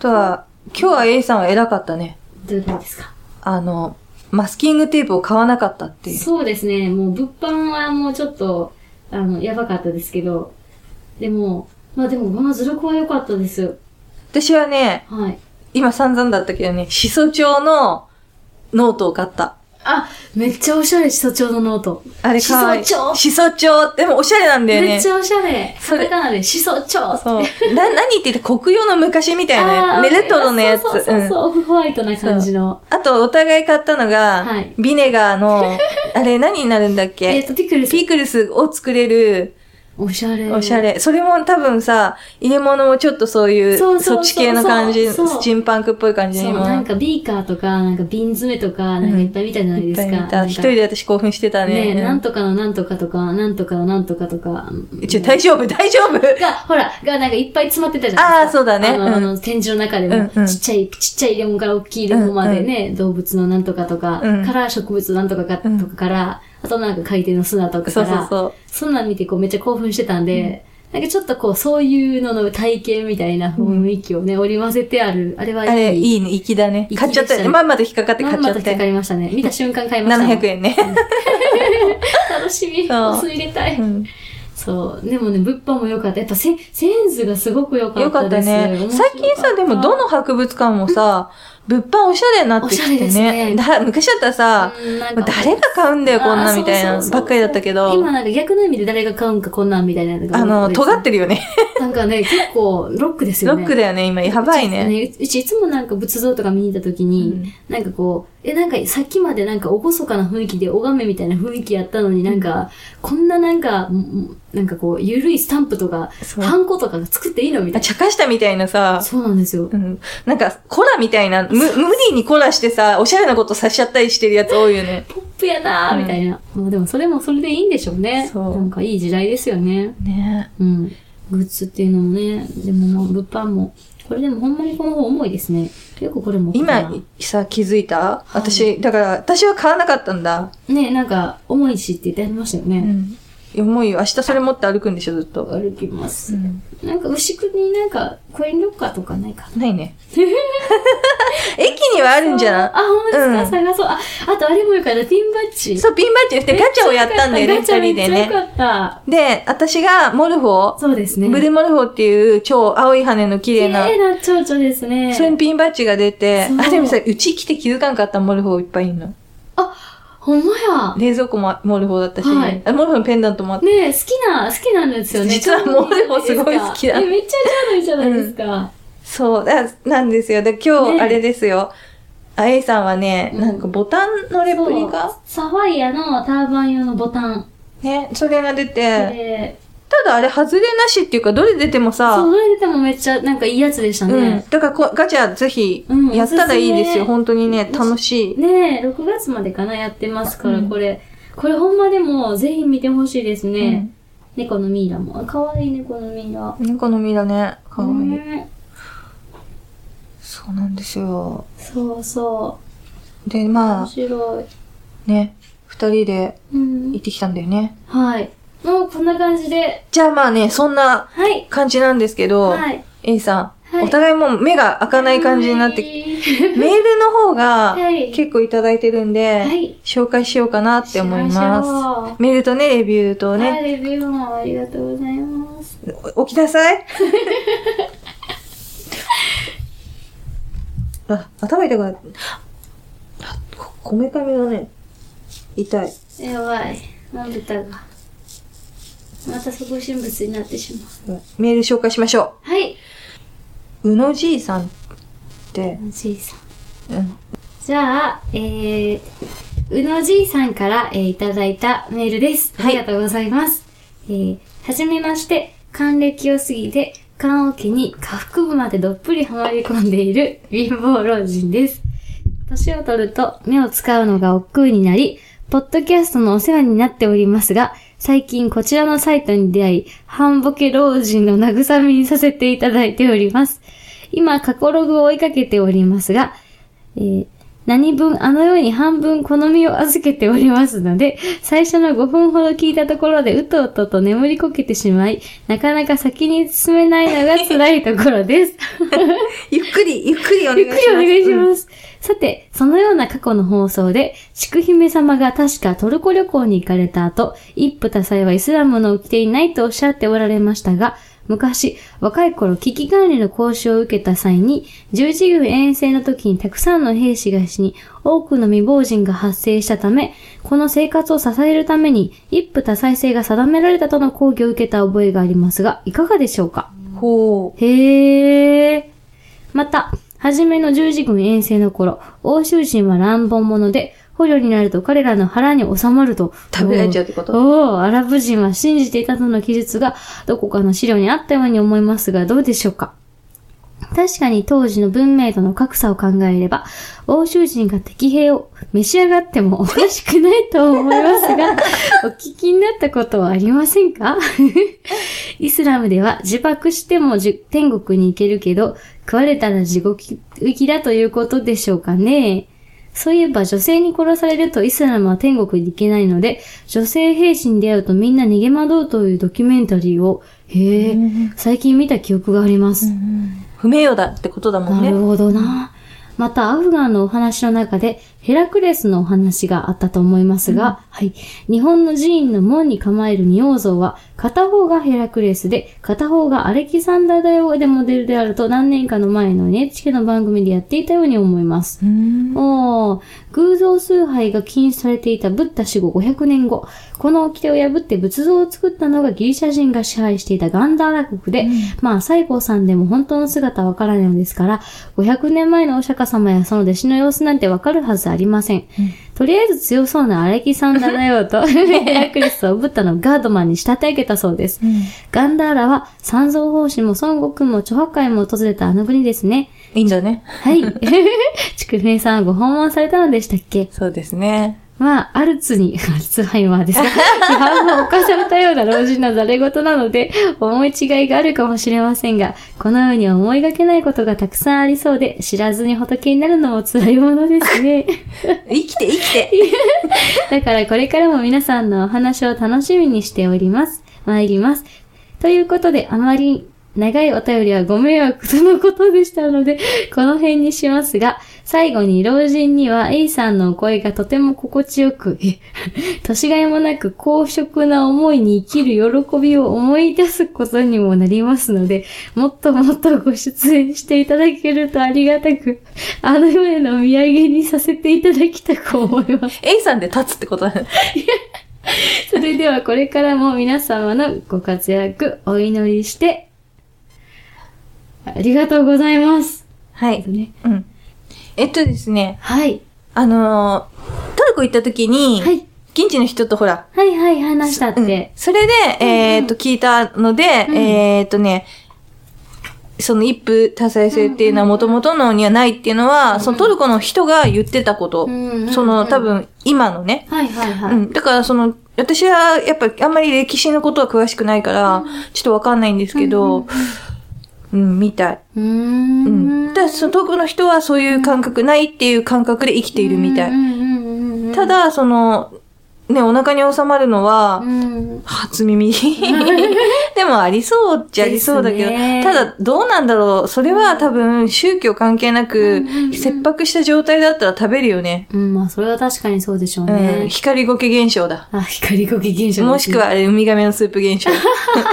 Speaker 1: あとは、今日は A さんは偉かったね。
Speaker 2: どういうことですか
Speaker 1: あの、マスキングテープを買わなかったっていう。
Speaker 2: そうですね。もう物販はもうちょっと、あの、やばかったですけど。でも、まあでも、この図録は良かったです。
Speaker 1: 私はね、
Speaker 2: はい。
Speaker 1: 今散々だったけどね、しそ帳のノートを買った。
Speaker 2: あ、めっちゃおしゃれ、しそちょうどの音。
Speaker 1: あれかわいい。
Speaker 2: しそ帳
Speaker 1: しそ帳でもおしゃれなんだよね。
Speaker 2: めっちゃおしゃれ。
Speaker 1: そ
Speaker 2: カ
Speaker 1: れ
Speaker 2: タカナで、しそちょう。
Speaker 1: そう。な、何言ってて、国用の昔みたいな
Speaker 2: あー
Speaker 1: やつ。ね、レトロのやつ。
Speaker 2: そうそうそう
Speaker 1: うん
Speaker 2: そう、オフホワイトな感じの。
Speaker 1: あと、お互い買ったのが、
Speaker 2: はい
Speaker 1: ビネガー
Speaker 2: (laughs)
Speaker 1: の、あれ何になるんだっ
Speaker 2: えっ
Speaker 1: け
Speaker 2: と、ピクルス。
Speaker 1: ピクルスを作れる、
Speaker 2: おしゃれ。
Speaker 1: おしゃ。れ。それも多分さ、入れ物もちょっとそういう、
Speaker 2: そうそうそう
Speaker 1: そっち系の感じ、
Speaker 2: そう
Speaker 1: スチンパンクっぽい感じ
Speaker 2: そ
Speaker 1: の
Speaker 2: う、
Speaker 1: も
Speaker 2: なんかビーカーとか、なんか瓶詰めとか、なんかいっぱい見たじゃない
Speaker 1: い
Speaker 2: で
Speaker 1: っ
Speaker 2: す
Speaker 1: ぱ
Speaker 2: か。
Speaker 1: い見
Speaker 2: なん
Speaker 1: た。
Speaker 2: か
Speaker 1: 一人で私興奮してたね。
Speaker 2: ねえ、
Speaker 1: う
Speaker 2: なん
Speaker 1: ん
Speaker 2: とかのなんとかとか、なんとかのなんとかとか。
Speaker 1: ちょ、大丈夫、大丈夫。
Speaker 2: が、ほら、がなんかいっぱい詰まってたじゃない
Speaker 1: あー
Speaker 2: ですか。
Speaker 1: そうだね
Speaker 2: あの、あ
Speaker 1: うん
Speaker 2: の展示の中で
Speaker 1: う
Speaker 2: も
Speaker 1: ん、うん
Speaker 2: ちっちゃい、ちっちゃいレモンから大きいレモンまでね、動物のなんとかとか、
Speaker 1: うん
Speaker 2: から植物なんとかか、
Speaker 1: うん
Speaker 2: とかから、あとなんか海底の砂とか
Speaker 1: そ
Speaker 2: か
Speaker 1: うそう
Speaker 2: ら、
Speaker 1: そう。
Speaker 2: そんなん見てこうめっちゃ興奮してたんで、なんかちょっとこうそういうのの体験みたいな雰囲気をね、織り交ぜてある、あれは
Speaker 1: あれ、
Speaker 2: い。
Speaker 1: いいね、粋だね。
Speaker 2: 粋
Speaker 1: 買っちゃった
Speaker 2: で
Speaker 1: よ
Speaker 2: した
Speaker 1: ね。
Speaker 2: ね
Speaker 1: まんまと引っかかって
Speaker 2: ま
Speaker 1: 買っち
Speaker 2: んま
Speaker 1: ゃ
Speaker 2: と
Speaker 1: っ
Speaker 2: 引
Speaker 1: た
Speaker 2: っかか
Speaker 1: よ。
Speaker 2: りましたね。見た瞬間買いました。
Speaker 1: 700円ね。
Speaker 2: 楽しみ。
Speaker 1: そう
Speaker 2: お酢入れたい。
Speaker 1: うん
Speaker 2: そう。でもね、物販も良かった。やっぱセセンスがすごく良か
Speaker 1: よ
Speaker 2: っ
Speaker 1: かった
Speaker 2: で
Speaker 1: た
Speaker 2: す。
Speaker 1: ね。
Speaker 2: 面白か
Speaker 1: 最
Speaker 2: った
Speaker 1: 近さ、でもどの博物館もさ、物販おしゃれになってき
Speaker 2: おしゃれ
Speaker 1: て
Speaker 2: ですね
Speaker 1: ね。だ昔だったらさ、
Speaker 2: うんなんか
Speaker 1: 誰が買うんだよ、こんなみたい
Speaker 2: あーそう
Speaker 1: な
Speaker 2: そうそう
Speaker 1: ばっかりだったけ
Speaker 2: 今
Speaker 1: ど、
Speaker 2: なんか逆の意味で誰が買うんかこんなんみたいなのが。
Speaker 1: あの、尖っててるよね。
Speaker 2: なんかね、結構ロックですよ
Speaker 1: ロ
Speaker 2: ね。
Speaker 1: ックだよね、今。やばいね。
Speaker 2: うちうちいつもなんか仏像とか見に行った時に、なんかこう、え、なんかさっきまでなんか厳かな雰囲気で拝めみたいな雰囲気やったのになんか、こんななんか、んなんかこう、ゆるいスタンプとか、
Speaker 1: そう
Speaker 2: ハンコとか作っていいのみたい
Speaker 1: 茶化したみたいな
Speaker 2: な。
Speaker 1: さ、
Speaker 2: そうなんですよ
Speaker 1: う。ん、なんか、コラみたいな、む無理にコラしてさ、おしゃれなことさせちゃったりしてるやつ多いよね。
Speaker 2: ポップやなーみたいな。まあでもそれもそれでいいんでしょうね。
Speaker 1: そう
Speaker 2: なんかいい時代ですよね。
Speaker 1: ね
Speaker 2: うん。グッズっていうのもね、でもまあ、物販も。これでもほんまにこの本重いですね。よくこれも。
Speaker 1: 今さ、気づいた
Speaker 2: い
Speaker 1: 私、だから、私は買わなかったんだ。
Speaker 2: ね、なんか、重いしって言ってありましたよ
Speaker 1: う
Speaker 2: ね。
Speaker 1: ん。重いよ。明日それ持って歩くんでしょ、ずっと。
Speaker 2: 歩きます。
Speaker 1: ん。
Speaker 2: なんか、牛久になんか、コインロッカーとかないかな。
Speaker 1: ない
Speaker 2: (laughs)
Speaker 1: ね。駅にはあるんじゃ
Speaker 2: あ、
Speaker 1: な
Speaker 2: ほんまですか、
Speaker 1: うん
Speaker 2: 探そう。あ、あとあれもよかった。ピンバッジ。
Speaker 1: いそう、ピンバッジしてガチャをやったんだよね、
Speaker 2: め
Speaker 1: 二
Speaker 2: ちゃ
Speaker 1: 人
Speaker 2: め
Speaker 1: で
Speaker 2: ちゃよ
Speaker 1: ね。
Speaker 2: かった。
Speaker 1: で、私がモルフォ、
Speaker 2: そうですね。
Speaker 1: ブルーモルフォっていう超青い羽の綺麗な
Speaker 2: 綺、麗な蝶々ですね。
Speaker 1: それにピンバッジが出て
Speaker 2: そう、
Speaker 1: あ、でもさ、うち来て気づかんかったモルフォいっぱいいるの。
Speaker 2: ほんまや。
Speaker 1: 冷蔵庫もモルフォだったし、
Speaker 2: はい
Speaker 1: あモルフォのペンダントもあって、
Speaker 2: ね好きな、好きなんですよね。
Speaker 1: 実はモルモすごい好きだ
Speaker 2: え、めっちゃちょうどいいじゃないですか。
Speaker 1: そう、だなんですよ。で、今
Speaker 2: ね
Speaker 1: 日、あれですよ。あ、A さんはね、
Speaker 2: うん
Speaker 1: なんかボタンのレプリカ
Speaker 2: サファイアのターバン用のボタン。
Speaker 1: ね、それが出て、
Speaker 2: で、
Speaker 1: ただあれ、外れなしっていうか、どれ出てもさ、
Speaker 2: そう、どれ出てもめっちゃなんかいいやつでした
Speaker 1: うん
Speaker 2: ね。。
Speaker 1: だからこ、ガチャぜひ
Speaker 2: うん、
Speaker 1: やったらいいですよ。
Speaker 2: おすすめ
Speaker 1: 本当にね、楽しい。
Speaker 2: ねえ、6月までかな、やってますから、
Speaker 1: うん
Speaker 2: これ。これほんまでも、ぜひ見てほしいですね。猫のミイラも。あ可愛い猫のミイラ。
Speaker 1: うん。猫の実だね。かわいい。
Speaker 2: ね
Speaker 1: そうなんですよ。
Speaker 2: えそうそう。
Speaker 1: で、ま
Speaker 2: 面
Speaker 1: あ、
Speaker 2: 白い。
Speaker 1: ね、二人で
Speaker 2: うん
Speaker 1: 行っ。てきたんだよね。
Speaker 2: はい。もうこんな感じで。
Speaker 1: じゃあまあね、そんな
Speaker 2: はい。
Speaker 1: 感じなんですけど、
Speaker 2: はい。
Speaker 1: A さん、
Speaker 2: はい
Speaker 1: お互いもう目が開かない感じになってきて、
Speaker 2: (laughs) て。
Speaker 1: メールの方が
Speaker 2: はい
Speaker 1: 結構いただいてるんで、
Speaker 2: はい
Speaker 1: 紹介しようかなって思い
Speaker 2: しま
Speaker 1: ま
Speaker 2: しょ
Speaker 1: す。メールとね、レビューと
Speaker 2: はい、
Speaker 1: ね、
Speaker 2: レビューもありがとうございます。
Speaker 1: お起きなさ
Speaker 2: (laughs)
Speaker 1: い。あ、頭痛くなる。あここめかみがね、痛い。
Speaker 2: やばい。まぶたが。また即身仏になってしまう。
Speaker 1: メール紹介しましょ
Speaker 2: はい。
Speaker 1: う。うのじいさんって、
Speaker 2: じいさん。
Speaker 1: うん、
Speaker 2: じゃあ、えー、うのじいさんから、えーいただいたメールです。あ
Speaker 1: はい
Speaker 2: りがとうございます。えー、はじめまして、還暦を過ぎて、棺桶に下腹部までどっぷりはまり込んでいる貧乏老人です。年を取ると目を使うのが億劫になり、ポッドキャストのお世話になっておりますが、最近こちらのサイトに出会い、半ボケ老人の慰めにさせていただいております。今、過去ログを追いかけておりますが、えー何分あのように半分好みを預けておりますので、最初の5分ほど聞いたところでうとうとと眠りこけてしまい、なかなか先に進めないのが辛いところです。
Speaker 1: ゆっくり、ゆっくりお願いし
Speaker 2: ゆっ
Speaker 1: ま
Speaker 2: く
Speaker 1: す。
Speaker 2: りお願いし
Speaker 1: うん
Speaker 2: ます。さて、そのような過去の放送で、シク姫様が確かトルコ旅行に行かれた後、一夫多妻はイスラムの規定にないとおっしゃっておられましたが、昔、若い頃、危機管理の講習を受けた際に、十字軍遠征の時にたくさんの兵士が死に、多くの未亡人が発生したため、この生活を支えるために、一夫多妻制が定められたとの講義を受けた覚えがありますが、いかがでしょうか
Speaker 1: ほ
Speaker 2: へえ。また、初めの十字軍遠征の頃、欧州人は乱暴者で、捕虜になると彼らの腹に収まると。
Speaker 1: 食べられちゃうってこと
Speaker 2: おお、アラブ人は信じていたとの記述が、どこかの資料にあったように思いますが、どうでしょうか確かに当時の文明との格差を考えれば、欧州人が敵兵を召し上がってもおかしくないと思いますが、お聞きになったことはありませんか (laughs) イスラムでは自爆してもじゅ天国に行けるけど、食われたら地獄行きだということでしょうかね。そういえば女性に殺されるとイスラムは天国に行けないので、女性兵士に出会うとみんな逃げ惑うというドキュメンタリーを、へえ、最近見た記憶があります
Speaker 1: う。。不名誉だってことだもん
Speaker 2: なる
Speaker 1: ね。
Speaker 2: ほどな。また、アフガンのお話の中で、ヘラクレスのお話があったと思いますが、はい。日本の寺院の門に構える仁王像は、片方がヘラクレスで、片方がアレキサンダー大王でモデルであると何年かの前の NHK の番組でやっていたように思います。
Speaker 1: うん
Speaker 2: おー、偶像崇拝が禁止されていたブッダ死後500年後、この掟を破って仏像を作ったのがギリシャ人が支配していたガンダーラ国で、まあ、西郷さんでも本当の姿はわからないのですから、500年前のお釈迦様やその弟子の様子なんてわかるはずありません。とりあえず強そうなアレキサンダーだよと、ヘラクレスをブッダのガードマンに仕立て上げたそうです。ガンダーラは、三蔵法師も孫悟空も著破海も訪れたあの国ですね。
Speaker 1: いいんだね。
Speaker 2: はい。竹平さんはご訪問されたのでしたっけ
Speaker 1: そうですね。
Speaker 2: まあ、アルツに、 (laughs) アルツハイマーですが、批判を犯されたような老人のざれ言なので、思い違いがあるかもしれませんが、このようには思いがけないことがたくさんありそうで、知らずに仏になるのも辛いものですね。
Speaker 1: 生きて生き
Speaker 2: (laughs)
Speaker 1: て。
Speaker 2: だからこれからも皆さんのお話を楽しみにしております。参ります。ということで、あまり長いお便りはご迷惑とのことでしたので、 (laughs) この辺にしますが、最後に老人には A さんのお声がとても心地よく、え (laughs) 年がいもなく公職な思いに生きる喜びを思い出すことにもなりますので、もっともっとご出演していただけるとありがたく、あの世へのお土産にさせていただきたく思います。
Speaker 1: A さんで立つってことだね。
Speaker 2: それではこれからも皆様のご活躍お祈りして、ありがとうございます。
Speaker 1: はい。うん。えっとですね、
Speaker 2: はい。
Speaker 1: あのー、トルコ行った時に、
Speaker 2: はい。
Speaker 1: 現地の人とほら、
Speaker 2: はいはい話したっ
Speaker 1: うん
Speaker 2: て。
Speaker 1: それで、えっと、聞いたので、
Speaker 2: うん
Speaker 1: えっとね、その一夫多妻制っていうのは元々のにはないっていうのは、そのトルコの人が言ってたこと。
Speaker 2: うん
Speaker 1: その多。分今のね。
Speaker 2: はいはいは
Speaker 1: う
Speaker 2: い。
Speaker 1: ん。だからその、私はやっぱあんまり歴史のことは詳しくないから、ちょっとわかんないんですけど、うん、みたい。
Speaker 2: うー。
Speaker 1: うんん。ただそのトルコの人はそういう感覚ないっていう感覚で生きているみたい。
Speaker 2: うんうんうんうん
Speaker 1: た、だ、その、ね、お腹に収まるのは、
Speaker 2: うん。
Speaker 1: 初
Speaker 2: (laughs)
Speaker 1: 耳。でもありそうっちゃありそうだけど、
Speaker 2: ですね
Speaker 1: ただどうなんだろう。それは多分宗教関係な
Speaker 2: う
Speaker 1: く
Speaker 2: んうんうん、
Speaker 1: 切迫した状態だったら食べるよね。
Speaker 2: うん、まあそれは確かにそうでしょう
Speaker 1: うん、
Speaker 2: ね。
Speaker 1: 光ゴケ現象だ。
Speaker 2: あ、光呼吸現象。
Speaker 1: もしくは、。あれ、ウミガメのスープ現象。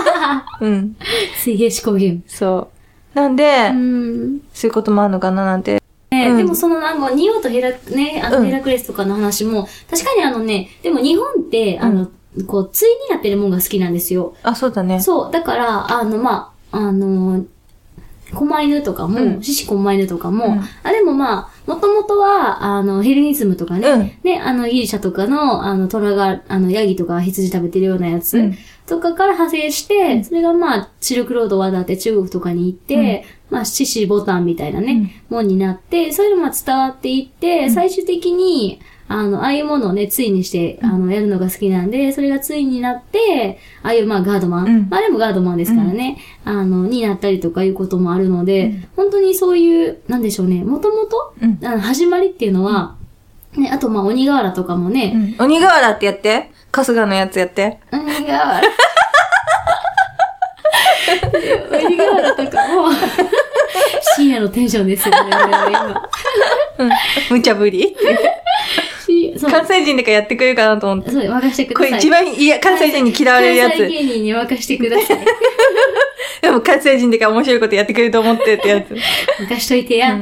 Speaker 1: (laughs) うん。
Speaker 2: 水平思考ゲ
Speaker 1: そう。なんで、
Speaker 2: ーム。うん。
Speaker 1: そういうこともあるのかななんて。
Speaker 2: ね
Speaker 1: うん
Speaker 2: でもそのなんか、ニオとヘラ、ね、あ
Speaker 1: う
Speaker 2: の
Speaker 1: ん
Speaker 2: ヘラクレスとかの話も、確かにあのね、でも日本って、あの、こう、対になってるもんが好きなんですよ。
Speaker 1: あ、そうだね。
Speaker 2: そう、だから、あの、まあ、あの、狛犬とか
Speaker 1: う
Speaker 2: も、
Speaker 1: ん
Speaker 2: 獅子狛犬とかも、
Speaker 1: うん
Speaker 2: あ、でもまあ、もともとは、あの、ヘルニズムとかね、
Speaker 1: うん
Speaker 2: ね、あの、ギリシャとかの、あの、虎が、あの、ヤギとか羊食べてるようなやつ、
Speaker 1: うん
Speaker 2: とかから派生して、それがまあ、シルクロードを渡って中国とかに行って、まあ、獅子ボタンみたいなね、もんになって、そういうのも伝わっていって、最終的に、あの、ああいうものをね、ついにして、あの、やるのが好きなんで、それがついになって、ああいう、まあ、ガードマン。
Speaker 1: うん
Speaker 2: まあ、でもガードマンですからね、あの、になったりとかいうこともあるので、本当にそういう、なんでしょうね、もともと、
Speaker 1: うん
Speaker 2: あの始まりっていうのは、ね、あと、まあ、鬼瓦とかもね、
Speaker 1: うん鬼瓦ってやって。春日のやつやって。
Speaker 2: 鬼瓦。鬼瓦とかも、深
Speaker 1: (laughs)
Speaker 2: 夜のテンションですよね、俺は今
Speaker 1: 無茶ぶり。
Speaker 2: しそう
Speaker 1: 関西人だからやってくれるかなと思って。
Speaker 2: そう、任してく
Speaker 1: こ
Speaker 2: ださい。
Speaker 1: れ一番いや、関西人に嫌われるや
Speaker 2: 関西
Speaker 1: つ。
Speaker 2: 芸人に任してください。
Speaker 1: でも関西人だから面白いことやってくれると思ってって (laughs) やつ。
Speaker 2: 任しといてや。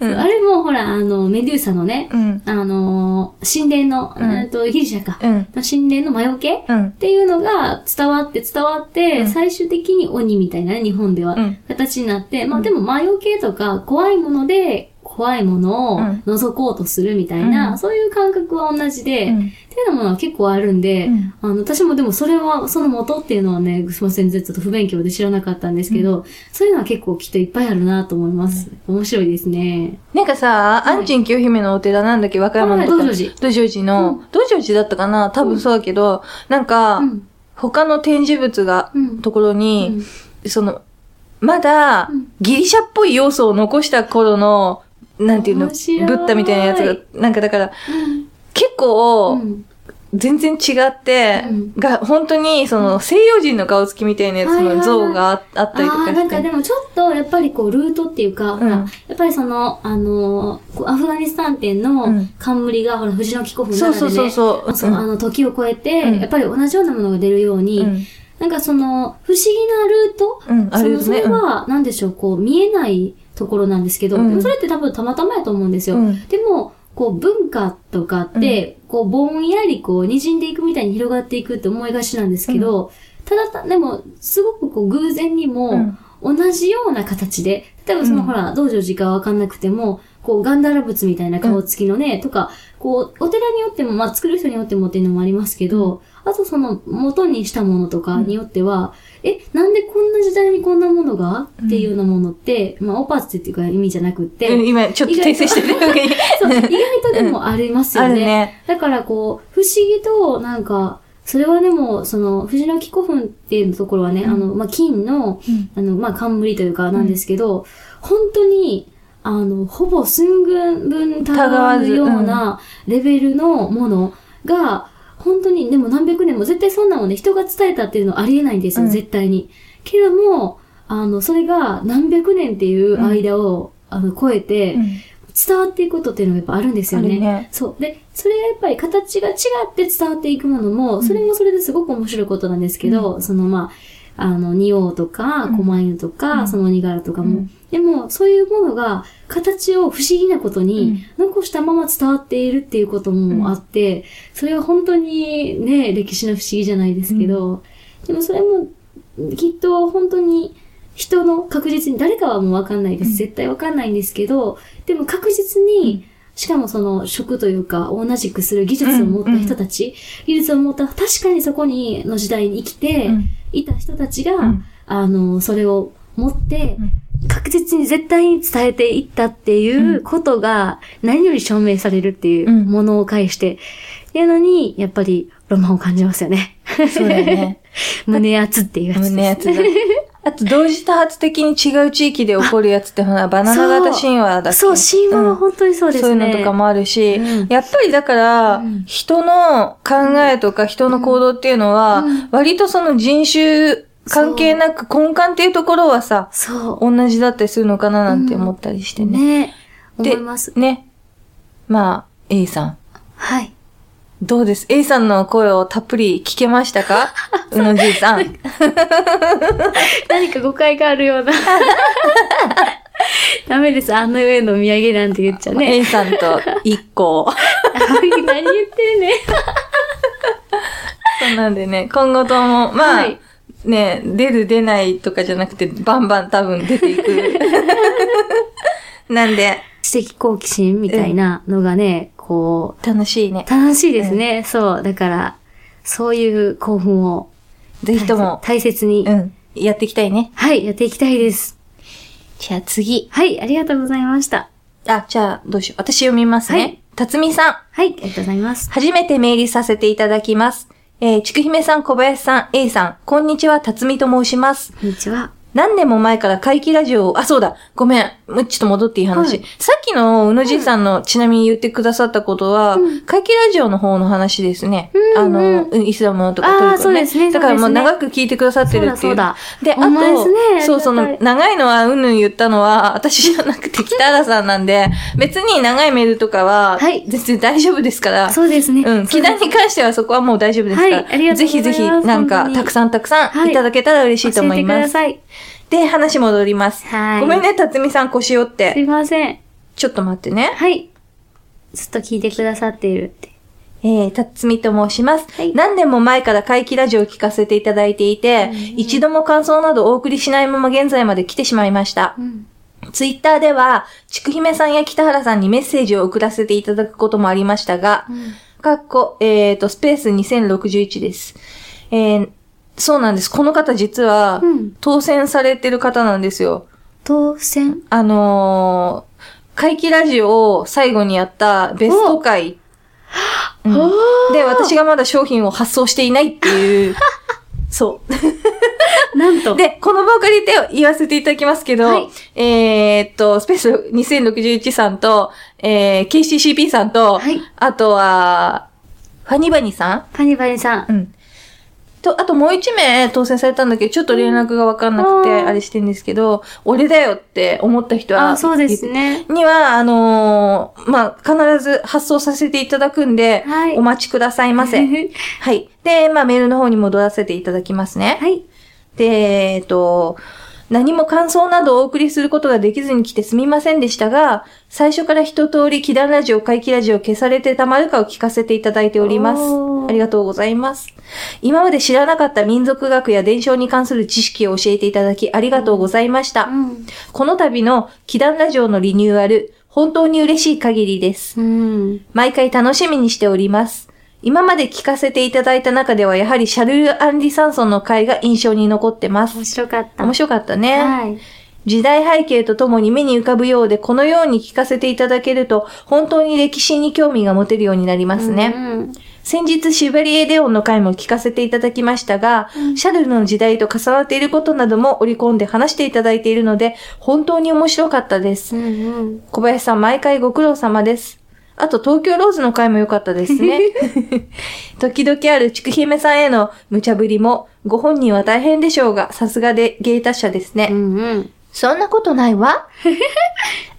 Speaker 1: うん
Speaker 2: あれもほら、あの、メデューサのね、
Speaker 1: うん。
Speaker 2: あのー、神殿の、
Speaker 1: うん
Speaker 2: うんとギリシャか。
Speaker 1: うん。
Speaker 2: 神殿の魔除け
Speaker 1: うん
Speaker 2: っ。ていうのが伝わって伝わって、
Speaker 1: うん
Speaker 2: 最終的に鬼みたいなね、日本では、
Speaker 1: うん
Speaker 2: 形になって、
Speaker 1: う
Speaker 2: まあ
Speaker 1: ん
Speaker 2: でも魔除けとか怖いもので怖いものを
Speaker 1: うん
Speaker 2: 覗こうとするみたいな、
Speaker 1: うん
Speaker 2: そういう感覚は同じで、
Speaker 1: うん
Speaker 2: っていうようなものは結構あるんで、
Speaker 1: うん
Speaker 2: あの、私もでもそれは、その元っていうのはね、すいません、ちょっと不勉強で知らなかったんですけど、そういうのは結構きっといっぱいあるなと思います。面白いですね。
Speaker 1: なんかさ、安珍清姫のお寺なんだっけ和歌山の
Speaker 2: はい道成寺
Speaker 1: 道成寺の、道成寺だったかな多分そうだけど、なんか、
Speaker 2: うん。
Speaker 1: 他の展示物が
Speaker 2: う、ん。
Speaker 1: ところに、
Speaker 2: うん
Speaker 1: その、まだ
Speaker 2: うん、
Speaker 1: ギリシャっぽい要素を残した頃の、なんていうの、ブ
Speaker 2: 面白い
Speaker 1: ッダみたいなやつが、なんかだから、結
Speaker 2: う
Speaker 1: 構、
Speaker 2: ん。
Speaker 1: 全然違って、
Speaker 2: うん
Speaker 1: が、本当に、その、西洋人の顔つきみたいなやつの像がああったりと
Speaker 2: あ
Speaker 1: か
Speaker 2: あー、
Speaker 1: して。
Speaker 2: なんかでもちょっと、やっぱりこう、ルートっていうか、
Speaker 1: ん
Speaker 2: ほらやっぱりその、あのーこうアフガニスタン店
Speaker 1: う
Speaker 2: の
Speaker 1: ん
Speaker 2: 冠が、ほら、藤の貴子風な
Speaker 1: そ
Speaker 2: の
Speaker 1: う
Speaker 2: で、ね、
Speaker 1: そうそうそう。
Speaker 2: そうあの、時を超えて、
Speaker 1: うん
Speaker 2: やっぱり同じようなものが出るように、
Speaker 1: うん
Speaker 2: なんかその、不思議なルート、
Speaker 1: うんあ
Speaker 2: そ
Speaker 1: るよ
Speaker 2: の
Speaker 1: ね
Speaker 2: それは、なんでしょう、こう、見えないところなんですけど、
Speaker 1: うん
Speaker 2: でもそれって多分たまたまやと思うんですよ。
Speaker 1: うん
Speaker 2: でも、こう、文化とかって、こう、ぼんやりこう、滲んでいくみたいに広がっていくって思いがちなんですけど、ただた、でも、すごくこう、偶然にも、
Speaker 1: うん
Speaker 2: 同じような形で、例えばそ
Speaker 1: う
Speaker 2: の、
Speaker 1: ん
Speaker 2: ほら、道場寺かわかんなくても、こう、ガンダラ仏みたいな顔つきのね、とか、こう、お寺によっても、まあ、作る人によってもっていうのもありますけど、あとその、元にしたものとかによっては、え、なんでこんな時代にこんなものがっていうようなものって、まあ、オパツっていうか意味じゃなくって、
Speaker 1: うん今、ちょっと訂正してるよね
Speaker 2: そう、意外とでもあります
Speaker 1: (laughs)
Speaker 2: よ
Speaker 1: ある
Speaker 2: ね。
Speaker 1: ね。
Speaker 2: だからこう、不思議と、なんか、それはでも、その、藤の木古墳っていうところはね、
Speaker 1: うん
Speaker 2: あの、まあ、金の、
Speaker 1: うん
Speaker 2: あの、まあ、冠というかなんですけど、本当に、あの、ほぼ寸分分たがわぬようなレベルのものが、本当に、でも何百年も絶対そんなのね、人が伝えたっていうのはありえないんですよ、
Speaker 1: うん
Speaker 2: 絶対に。けれども、あの、それが何百年っていう間を、あの、超えて、
Speaker 1: うん
Speaker 2: 伝わっていくことっていうのがやっぱあるんですよ
Speaker 1: あ
Speaker 2: ね。
Speaker 1: るね
Speaker 2: そう。で、それがやっぱり形が違って伝わっていくものも、それもそれですごく面白いことなんですけど、そのまあ、あの、仁王とか、
Speaker 1: うん
Speaker 2: 狛犬とか、
Speaker 1: うん
Speaker 2: その鬼柄とかも、
Speaker 1: うん
Speaker 2: でも、そういうものが、形を不思議なことに、残したまま伝わっているっていうこともあって、それは本当にね、歴史の不思議じゃないですけど、でもそれも、きっと本当に、人の確実に、誰かはもうわかんないで
Speaker 1: うん
Speaker 2: す。絶対わかんないんですけど、でも確実に、しかもその職というか、同じくする技術を持った人たち、技術を持った、確かにそこに、の時代に生きて、
Speaker 1: うん
Speaker 2: いた人たちが、
Speaker 1: うん
Speaker 2: あの、それを持って
Speaker 1: う、ん
Speaker 2: 確実に絶対に伝えていったっていううことが何より証明されるっていううんものを介して、っていうのに、やっぱりロマンを感じますよね。
Speaker 1: そうだよ
Speaker 2: (laughs)
Speaker 1: ね。
Speaker 2: 胸熱っていうやつです。
Speaker 1: 胸やつ
Speaker 2: (laughs)
Speaker 1: だ。あと、同時多発的に違う地域で起こるやつって、ほら、バナナ型神話だっけ
Speaker 2: そう、神話は本当にそうですね。
Speaker 1: そういうのとかもあるし、
Speaker 2: うん
Speaker 1: やっぱりだから、
Speaker 2: うん
Speaker 1: 人の考えとか人の行動っていうのは、
Speaker 2: うん
Speaker 1: 割とその人種関係なく根幹っていうところはさ、
Speaker 2: そ
Speaker 1: 同じだったりするのかななんて思ったりし
Speaker 2: う。
Speaker 1: てね。
Speaker 2: ね。思
Speaker 1: で
Speaker 2: います。
Speaker 1: ね。まあ、A さん。
Speaker 2: はい。
Speaker 1: どうです ?A さんの声をたっぷり聞けました (laughs) かうのじいさん。
Speaker 2: 何か誤解があるよう (laughs) な。ダメです。あの上のお土産なんて言っちゃね。
Speaker 1: A さんと一 (laughs) 個。
Speaker 2: (laughs) 何言ってんねん。
Speaker 1: そうなんでね、今後とも、まあ、
Speaker 2: はい
Speaker 1: ね、出る出ないとかじゃなくて、バンバン多分出てい (laughs) く。なんで、
Speaker 2: 知的好奇心みたいなのがね、こう、
Speaker 1: 楽しいね。
Speaker 2: 楽しいですね。そう。だから、そういう興奮を
Speaker 1: ぜひとも、
Speaker 2: 大切に、
Speaker 1: うん、やっていきたいね。
Speaker 2: はい、やっていきたいです。
Speaker 1: じゃあ次。
Speaker 2: はい、ありがとうございました。
Speaker 1: あ、じゃあどうしよう。私読みますね。
Speaker 2: はい
Speaker 1: 辰巳さん。
Speaker 2: はい、ありがとうございます。
Speaker 1: 初めてメールさせていただきます。えー、ちくひめさん、小林さん、A さん、こんにちは、辰巳と申します。
Speaker 2: こんにちは。
Speaker 1: 何年も前から怪奇ラジオを、あ、そうだ、ごめん、もうちょっと戻っていい話。
Speaker 2: は
Speaker 1: さっきのうのじいさんの、ちなみに言ってくださったことは、
Speaker 2: うん
Speaker 1: 怪奇ラジオの方の話ですね。
Speaker 2: うんうん
Speaker 1: あのうん、イスラムとかトル
Speaker 2: あー
Speaker 1: コ、ね、
Speaker 2: そうですね
Speaker 1: だからもう
Speaker 2: そうですね
Speaker 1: 長く聞いてくださってるっていう。
Speaker 2: そうだ
Speaker 1: で、あ
Speaker 2: ほんまです
Speaker 1: と、
Speaker 2: ね
Speaker 1: そう、そ
Speaker 2: あり
Speaker 1: の、
Speaker 2: が
Speaker 1: 長いのはうんぬん言ったのは、私じゃなくて北原さんなん
Speaker 2: (laughs)
Speaker 1: で、別に長いメールとかは、
Speaker 2: はい
Speaker 1: 全然大丈夫ですから、
Speaker 2: そうですね。
Speaker 1: うん、
Speaker 2: そ
Speaker 1: 木
Speaker 2: うです
Speaker 1: 田に関してはそこはもう大丈夫ですから、
Speaker 2: はいありがと
Speaker 1: ぜ
Speaker 2: うござ
Speaker 1: ひ
Speaker 2: います
Speaker 1: ぜひ、なん
Speaker 2: 本当
Speaker 1: か、
Speaker 2: に
Speaker 1: たくさんたくさ
Speaker 2: は
Speaker 1: ん
Speaker 2: い
Speaker 1: いただけたら嬉しいと
Speaker 2: 教
Speaker 1: 思
Speaker 2: え
Speaker 1: い
Speaker 2: てく
Speaker 1: ま
Speaker 2: だ
Speaker 1: す。
Speaker 2: さい。
Speaker 1: で、話戻ります。
Speaker 2: はい
Speaker 1: ごめんね、辰巳さん腰折っ
Speaker 2: すい
Speaker 1: て。
Speaker 2: ません。
Speaker 1: ちょっと待ってね。
Speaker 2: はい。ずっと聞いてくださっているって。
Speaker 1: えー、辰巳と申します。
Speaker 2: はい
Speaker 1: 何年も前から怪奇ラジオを聞かせていただいていて、一度も感想などお送りしないまま現在まで来てしまいました。
Speaker 2: うん。
Speaker 1: ツイッターでは、ちくひめさんや北原さんにメッセージを送らせていただくこともありましたが、かっこ、えっ、と、スペース2061です。えーそうなんです。この方実は
Speaker 2: うん、
Speaker 1: 当選されてる方なんですよ。
Speaker 2: 当選
Speaker 1: あのー、怪奇ラジオを最後にやったベスト回。うん
Speaker 2: おー
Speaker 1: で、私がまだ商品を発送していないっていう。
Speaker 2: (laughs)
Speaker 1: そう。
Speaker 2: なんと。
Speaker 1: で、この場を借りて言わせていただきますけど、
Speaker 2: はい
Speaker 1: えーっと、スペース2061さんと、えー、KCCP さんと、
Speaker 2: はい
Speaker 1: あとは、ファニバニさ
Speaker 2: パニバニさん
Speaker 1: ん。うん。と、あともう一名当選されたんだけど、ちょっと連絡がわかんなくて、
Speaker 2: うんあー
Speaker 1: あれしてんですけど、俺だよって思った人は、
Speaker 2: あ、そうですね。
Speaker 1: には、あのーまあ、必ず発送させていただくんで、
Speaker 2: はい
Speaker 1: お待ちくださいませ。
Speaker 2: (laughs) は
Speaker 1: はい。で、まあ、メールの方に戻らせていただきますね。
Speaker 2: い。
Speaker 1: で、えっと、何も感想などをお送りすることができずに来てすみませんでしたが、最初から一通り、祈願ラジオ、怪奇ラジオ、消されてたまるかを聞かせていただいております
Speaker 2: お。ー
Speaker 1: ありがとうございます。今まで知らなかった民族学や伝承に関する知識を教えていただき、ありがとうございました。
Speaker 2: うん。
Speaker 1: この度の祈願ラジオのリニューアル、本当に嬉しい限りです。
Speaker 2: うん。
Speaker 1: 毎回楽しみにしております。今まで聞かせていただいた中では、やはりシャルル・アンリ・サンソンの回が印象に残ってます
Speaker 2: 面。白かった。
Speaker 1: 面白かったね。
Speaker 2: はい。
Speaker 1: 時代背景とともに目に浮かぶようで、このように聞かせていただけると、本当に歴史に興味が持てるようになりますね。
Speaker 2: うん
Speaker 1: 先日、シュバリエ・デオンの回も聞かせていただきましたが、シャルルの時代と重なっていることなども織り込んで話していただいているので、本当に面白かったです
Speaker 2: う。んうん。
Speaker 1: 小林さん、毎回ご苦労様です。あと、東京ローズの回も良かったですね。時々あるちくひめさんへの無茶ぶりも、ご本人は大変でしょうが、さすがで芸達者ですね。
Speaker 2: うんうん。
Speaker 1: そんなことない
Speaker 2: (laughs)
Speaker 1: わ。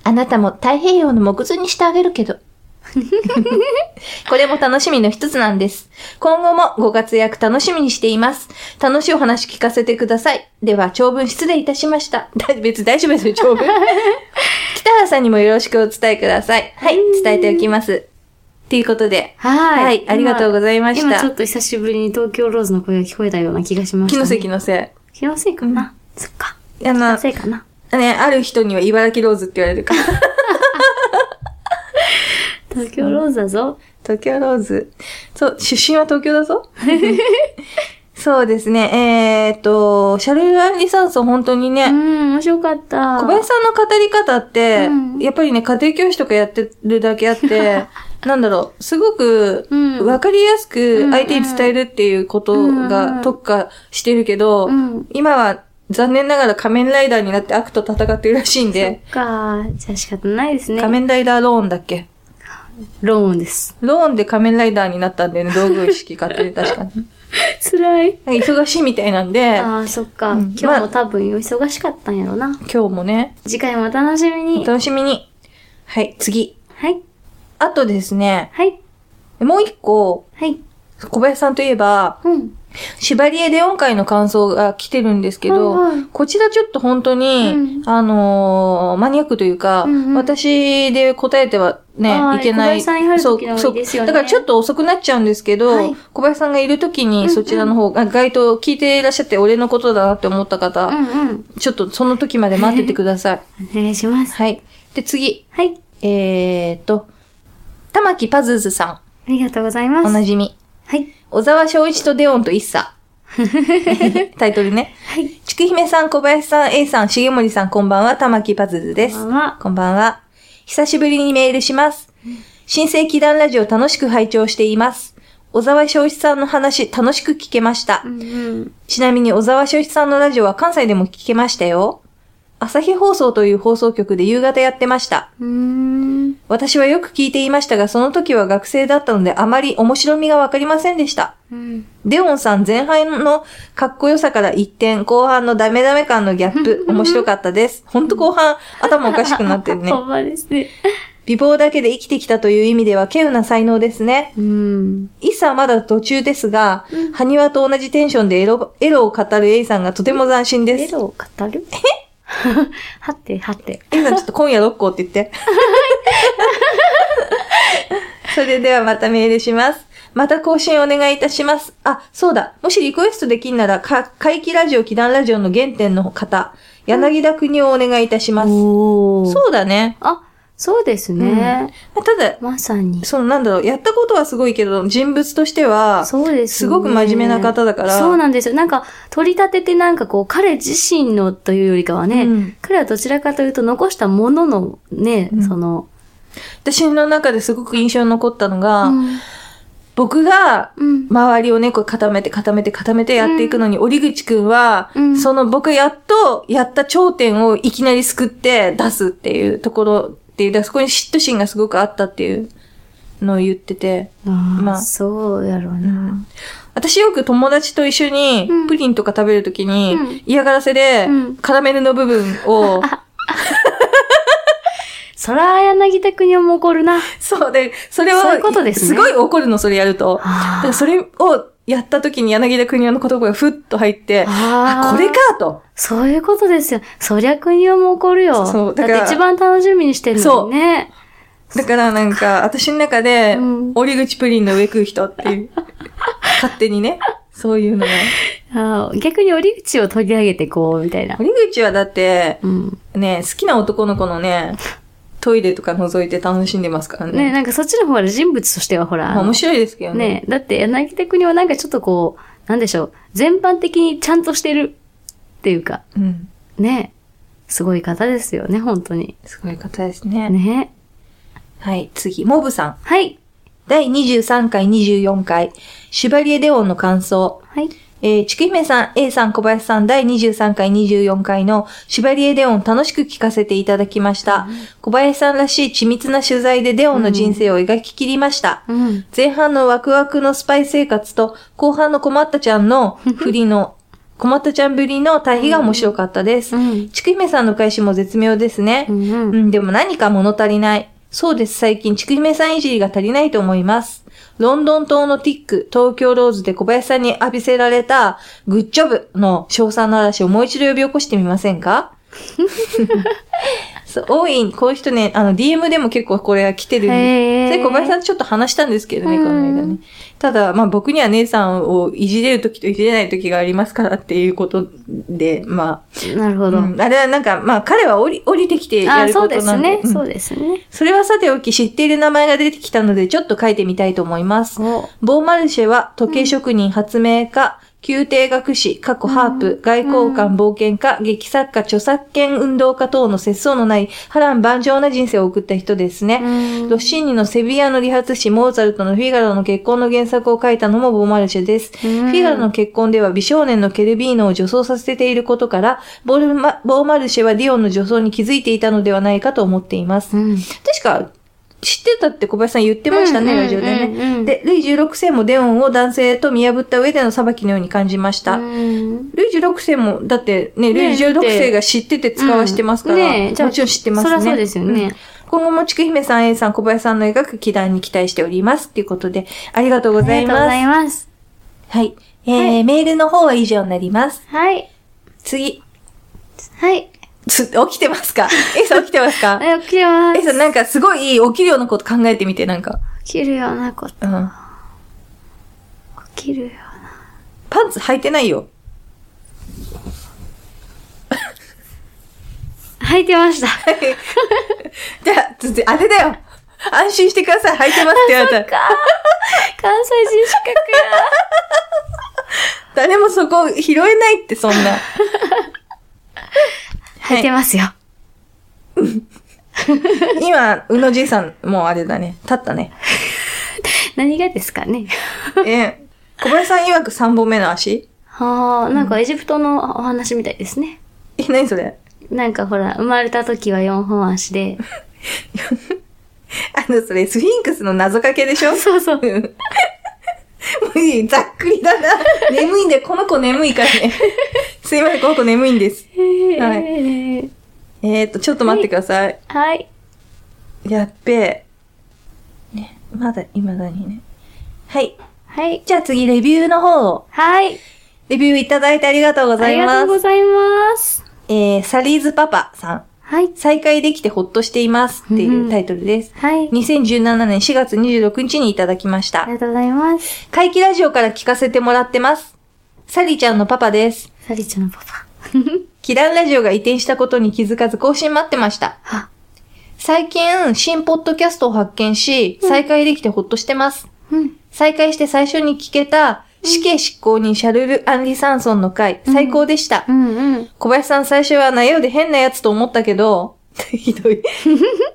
Speaker 1: あなたも太平洋の木図にしてあげるけ
Speaker 2: (laughs)
Speaker 1: ど。これも楽しみの一つなんです。今後もご活躍楽しみにしています。楽しいお話聞かせてください。では、長文失礼いたしました。 (laughs) だ別に大丈夫ですよ、長文。
Speaker 2: (laughs)
Speaker 1: 北原さんにもよろしくお伝えください。はい、伝えておきます。ということで。
Speaker 2: はい。
Speaker 1: はいありがとうございました
Speaker 2: 今今ちょっと久しぶりに東京ローズの声が聞こえたような気がしまし
Speaker 1: 気
Speaker 2: た、
Speaker 1: の
Speaker 2: ね。
Speaker 1: せい気のせ
Speaker 2: 気のせいかな。そっか。
Speaker 1: い。あ
Speaker 2: 気
Speaker 1: の
Speaker 2: の、せいかな。
Speaker 1: ね、ある人には茨城ローズって言われるから。
Speaker 2: 東京ローズだぞ。
Speaker 1: 東京ローズ。そう、出身は東京だぞ。 (laughs) そうですね。えーっと、シャルル・アンリ・サンソン本当に
Speaker 2: う
Speaker 1: ね、
Speaker 2: ん、面白かった。
Speaker 1: 小林さんの語り方って、
Speaker 2: うん
Speaker 1: やっぱりね、家庭教師とかやってるだけあ
Speaker 2: (laughs)
Speaker 1: って、なんだろう、すごく、
Speaker 2: うん
Speaker 1: わかりやすく相手に伝えるっていうこと
Speaker 2: うん
Speaker 1: が特化してるけど、
Speaker 2: うん
Speaker 1: 今は残念ながら仮面ライダーになって悪と戦ってるらしいんで、
Speaker 2: そっか。じゃあ仕方ないですね。
Speaker 1: 仮面ライダーローンだっけ
Speaker 2: ロー
Speaker 1: (laughs)
Speaker 2: ンです。
Speaker 1: ローンで仮面ライダーになったんだよね、道具意識買ってる確か
Speaker 2: (laughs)
Speaker 1: に。
Speaker 2: 辛い。
Speaker 1: なんか忙しいみたいなんで、
Speaker 2: ああ、そっか。
Speaker 1: うん
Speaker 2: 今日
Speaker 1: ま
Speaker 2: も
Speaker 1: あ
Speaker 2: 多分忙しかったんやろな。
Speaker 1: 今日もね、
Speaker 2: 次回もお楽しみ
Speaker 1: お
Speaker 2: に。
Speaker 1: 楽しみに。はい、次。
Speaker 2: はい。
Speaker 1: あとですね、
Speaker 2: はい。
Speaker 1: もう一個、
Speaker 2: はい。
Speaker 1: 小林さんといえば、
Speaker 2: うん。
Speaker 1: シバリエレオン会の感想が来てるんですけど、
Speaker 2: はいはい
Speaker 1: こちらちょっと本当に、
Speaker 2: うん
Speaker 1: あのーマニアックというか、
Speaker 2: うんうん
Speaker 1: 私で答えてはね、
Speaker 2: はい
Speaker 1: いけない。
Speaker 2: 小林さんいはる時の方が
Speaker 1: そう
Speaker 2: いいですよね
Speaker 1: そうだからちょっと遅くなっちゃうんですけど、
Speaker 2: はい
Speaker 1: 小林さんがいる時にそちらの方が、該当聞いていらっしゃって俺のことだなって思った方、
Speaker 2: うんうん。
Speaker 1: ちょっとその時まで待っててください。
Speaker 2: お願いします。
Speaker 1: はい。で、次。
Speaker 2: はい。
Speaker 1: えー、と、玉木パズズさ
Speaker 2: ありがとうござい
Speaker 1: ん、
Speaker 2: ま
Speaker 1: お
Speaker 2: す。
Speaker 1: なじみ。
Speaker 2: はい。
Speaker 1: 小沢昭一とデオンと一茶。タイトルね。
Speaker 2: はい。
Speaker 1: ちくひめさん、小林さん、A さん、重森さん、こんばんは。玉木パズズです
Speaker 2: こ。んばんは
Speaker 1: こんばんは。久しぶりにメールします。新生祈願ラジオ楽しく拝聴しています。小沢昭一さんの話楽しく聞けました。
Speaker 2: うんうん。
Speaker 1: ちなみに小沢昭一さんのラジオは関西でも聞けましたよ。朝日放送という放送局で夕方やってました。
Speaker 2: うーん。
Speaker 1: 私はよく聞いていましたが、その時は学生だったのであまり面白みがわかりませんでした。
Speaker 2: うん。
Speaker 1: デオンさん前半のかっこよさから一転、後半のダメダメ感のギャップ、面白かったです。ほんと後半、頭おかしくなってるね。
Speaker 2: ほんまですね。
Speaker 1: 美貌だけで生きてきたという意味では、稀有な才能ですね。
Speaker 2: うん。
Speaker 1: イッサはまだ途中ですが
Speaker 2: うん、
Speaker 1: ハニワと同じテンションでエロ、エロを語るエイさんがとても斬新で
Speaker 2: エ
Speaker 1: す。
Speaker 2: ロを語る (laughs) はてはて。
Speaker 1: エイさんちょっと今夜6個って言
Speaker 2: (laughs)
Speaker 1: って。それではまたメールします。また更新お願いいたします。あ、そうだ。もしリクエストできんなら、か、怪奇ラジオ、祈願ラジオの原点の方、柳田国をお願いいたします。
Speaker 2: おー
Speaker 1: そうだね。
Speaker 2: あ、そうですね。
Speaker 1: まあただ、
Speaker 2: まさに。
Speaker 1: そのなんだろう、やったことはすごいけど、人物としては、
Speaker 2: そうです、ね。
Speaker 1: すごく真面目な方だから
Speaker 2: そうなんですよ。なんか、取り立ててなんかこう、彼自身のというよりかはね、
Speaker 1: うん
Speaker 2: 彼はどちらかというと残したもののね、
Speaker 1: うん
Speaker 2: その、
Speaker 1: 私の中ですごく印象に残ったのが、
Speaker 2: うん
Speaker 1: 僕が
Speaker 2: うん。
Speaker 1: 周りをね、こう固めて固めて固めてやっていくのに、折口くんは、
Speaker 2: うん
Speaker 1: その僕やっとやった頂点をいきなり救って出すっていうところっていう、だからそこに嫉妬心がすごくあったっていうのを言ってて、ま
Speaker 2: ま
Speaker 1: あ
Speaker 2: あ、そうやろうな。
Speaker 1: 私よく友達と一緒に
Speaker 2: うん
Speaker 1: プリンとか食べるときに、
Speaker 2: うん
Speaker 1: 嫌がらせで
Speaker 2: うん、
Speaker 1: カラメルの部分を、
Speaker 2: そら、柳田国はもう怒る
Speaker 1: (laughs)
Speaker 2: な。
Speaker 1: そうで、それを、
Speaker 2: そういうことですね
Speaker 1: ごい怒るの、それやると。だ
Speaker 2: あ
Speaker 1: からそれをやった時に柳田国男の言葉がふっと入って、あ
Speaker 2: あ
Speaker 1: これ
Speaker 2: ー
Speaker 1: かと。
Speaker 2: そういうことですよ。そりゃ国はもう怒るよ。
Speaker 1: そうだ
Speaker 2: だ
Speaker 1: から
Speaker 2: って一番楽しみにしてるのにね。
Speaker 1: だからなんか、私の中で、
Speaker 2: うん
Speaker 1: 折口プリンの上食う人って
Speaker 2: (laughs)
Speaker 1: いう、勝手にね、そういうのが。
Speaker 2: あー逆に折口を取り上げてこう、みたいな。
Speaker 1: 折口はだって、
Speaker 2: うん。
Speaker 1: ね、好きな男の子のね、トイレとか覗いて楽しんでますから
Speaker 2: ね、
Speaker 1: ね。
Speaker 2: なんかそっちの方が人物としてはほら、あ
Speaker 1: まあ
Speaker 2: の
Speaker 1: 面白いですけどね。
Speaker 2: ねえ、だって柳田国はなんかちょっとこう、なんでしょう、全般的にちゃんとしてるっていうか、
Speaker 1: うん。
Speaker 2: ねえ、すごい方ですよね、本当に。
Speaker 1: すごい方ですね。
Speaker 2: ね
Speaker 1: はい、次、モブさん
Speaker 2: え。。はい。
Speaker 1: 第23回、24回、シュバリエデオンの感想。
Speaker 2: はい。
Speaker 1: えー、ちくひめさん、A さん、小林さん、第23回、24回のシバリエデオン楽しく聞かせていただきました。小林さんらしい緻密な取材でデオンの人生を描ききりました。
Speaker 2: うん。
Speaker 1: 前半のワクワクのスパイ生活と、後半の困ったちゃん
Speaker 2: (laughs)
Speaker 1: の振りの、困ったちゃんぶりの対比が面白かったです
Speaker 2: う。ん。
Speaker 1: ちくひめさんの返しも絶妙ですね。
Speaker 2: うん。
Speaker 1: うん、でも何か物足りない。そうです、最近、ちくひめさんいじりが足りないと思います。ロンドン島のティック、東京ローズで小林さんに浴びせられた、グッジョブの賞賛の嵐をもう一度呼び起こしてみません
Speaker 2: (laughs)
Speaker 1: かそう、多い、こういう人ね、あの、DM でも結構これが来てるん
Speaker 2: へ
Speaker 1: です。そ
Speaker 2: ー
Speaker 1: れ小林さんとちょっと話したんですけどね、
Speaker 2: うん
Speaker 1: この間ね。ただ、まあ僕には姉さんをいじれる時といじれない時がありますからっていうことで、まあ、
Speaker 2: なるほど。
Speaker 1: うん、あれはなんか、まあ彼は降り降りてきてや
Speaker 2: あ、
Speaker 1: る
Speaker 2: そ
Speaker 1: こ
Speaker 2: うで
Speaker 1: とな
Speaker 2: す
Speaker 1: んで。
Speaker 2: ね。
Speaker 1: うん
Speaker 2: そうですね。
Speaker 1: それはさておき知っている名前が出てきたのでちょっと書いてみたいと思います。
Speaker 2: お
Speaker 1: ボーマルシェは時計職人発明家、宮廷学士、過去ハープ、外交官、冒険家、劇作家、著作権運動家等の節操のない波乱万丈な人生を送った人ですね。
Speaker 2: うん
Speaker 1: ロッシーニのセビアの理髪師、モーツァルトのフィガロの結婚の原作を書いたのもボーマルシェです。
Speaker 2: うん
Speaker 1: フィガロの結婚では美少年のケルビーノを女装させていることから、ボールマボーマルシェはディオンの女装に気づいていたのではないかと思っています。
Speaker 2: うん。
Speaker 1: 確か、知ってたって小林さん言ってましたね、
Speaker 2: うん
Speaker 1: ラジオで
Speaker 2: うんうんう
Speaker 1: ね。
Speaker 2: ん
Speaker 1: で、ルイ16世もデオンを男性と見破った上での裁きのように感じました。
Speaker 2: うん
Speaker 1: ルイ16世も、だってね、ルイ
Speaker 2: ね
Speaker 1: 16世が知ってて使わしてますから、
Speaker 2: うんねえじゃあ
Speaker 1: もちろん知ってますね。
Speaker 2: そりゃそうですよね
Speaker 1: うん。今後もちくひめさん、A さん、小林さんの描く祈願に期待しております。ということで、ありがとうご
Speaker 2: あ
Speaker 1: ざ
Speaker 2: り
Speaker 1: い
Speaker 2: がとうご
Speaker 1: ます
Speaker 2: ざ。います。
Speaker 1: はい。えーメールの方は以上になります。
Speaker 2: はい。
Speaker 1: 次。
Speaker 2: はい。
Speaker 1: つ起きてますか (laughs) ?A さん起きてます (laughs) か
Speaker 2: はい、起きま
Speaker 1: ?A さん
Speaker 2: す。
Speaker 1: なんかすごい起きるようなこと考えてみて、なんか。
Speaker 2: 起きるようなこと。
Speaker 1: うん。
Speaker 2: 起きるような。
Speaker 1: パンツ履いてないよ。
Speaker 2: 履いてました。
Speaker 1: じゃあ、つつあれだよ。安心してください。履いてますって言わ (laughs) れたら。
Speaker 2: 関西人資格
Speaker 1: (laughs)
Speaker 2: や。
Speaker 1: 誰もそこ拾えないって、そん (laughs) な。
Speaker 2: 履いてますよ。
Speaker 1: 今、うのじいさん、もうあれだね。立ったね。
Speaker 2: 何がですかね。
Speaker 1: え、小林さん曰く3本目の足
Speaker 2: はあ、なんかエジプトのお話みたいですね。
Speaker 1: え、何それ (laughs)
Speaker 2: なんかほら、生まれた時は4本足で。
Speaker 1: あの、それ、スフィンクスの謎かけでしょ
Speaker 2: そうそう。
Speaker 1: うんもういいざっくりだ
Speaker 2: (laughs)
Speaker 1: な。眠いんで、この子眠いからね。すいません、この子眠いんです。
Speaker 2: はい。
Speaker 1: えー、っと、ちょっと待ってください。
Speaker 2: はい。
Speaker 1: やっべえ。ね、まだ、今だにね。はい。
Speaker 2: はい。
Speaker 1: じゃあ次、レビューの方を。
Speaker 2: はい。
Speaker 1: レビューいただいてありがとうご
Speaker 2: あ
Speaker 1: ざい
Speaker 2: りがと
Speaker 1: ま
Speaker 2: うご
Speaker 1: す。
Speaker 2: ざいます。
Speaker 1: えー、サリーズパパさん。
Speaker 2: はい。
Speaker 1: 再会できてほっとしていますっていうタイトルです。
Speaker 2: はい。
Speaker 1: 2017年4月26日にいただきまし
Speaker 2: あ
Speaker 1: た
Speaker 2: り。がとうございます。
Speaker 1: 怪奇ラジオから聞かせてもらってます。サリーちゃんのパパです。
Speaker 2: サリちゃんのパパ。
Speaker 1: キランラジオが移転したことに気づかず更新待ってました。
Speaker 2: は、
Speaker 1: 最近、新ポッドキャストを発見し、再開できてほっとしてます。
Speaker 2: うん。
Speaker 1: 再開して最初に聞けた、死刑執行人シャルル・アンリ・サンソンの回、
Speaker 2: うん
Speaker 1: 最高でした。
Speaker 2: うんうん。
Speaker 1: 小林さん最初は悩んで変なやつと思ったけど、 (laughs) ひど
Speaker 2: (laughs)
Speaker 1: い。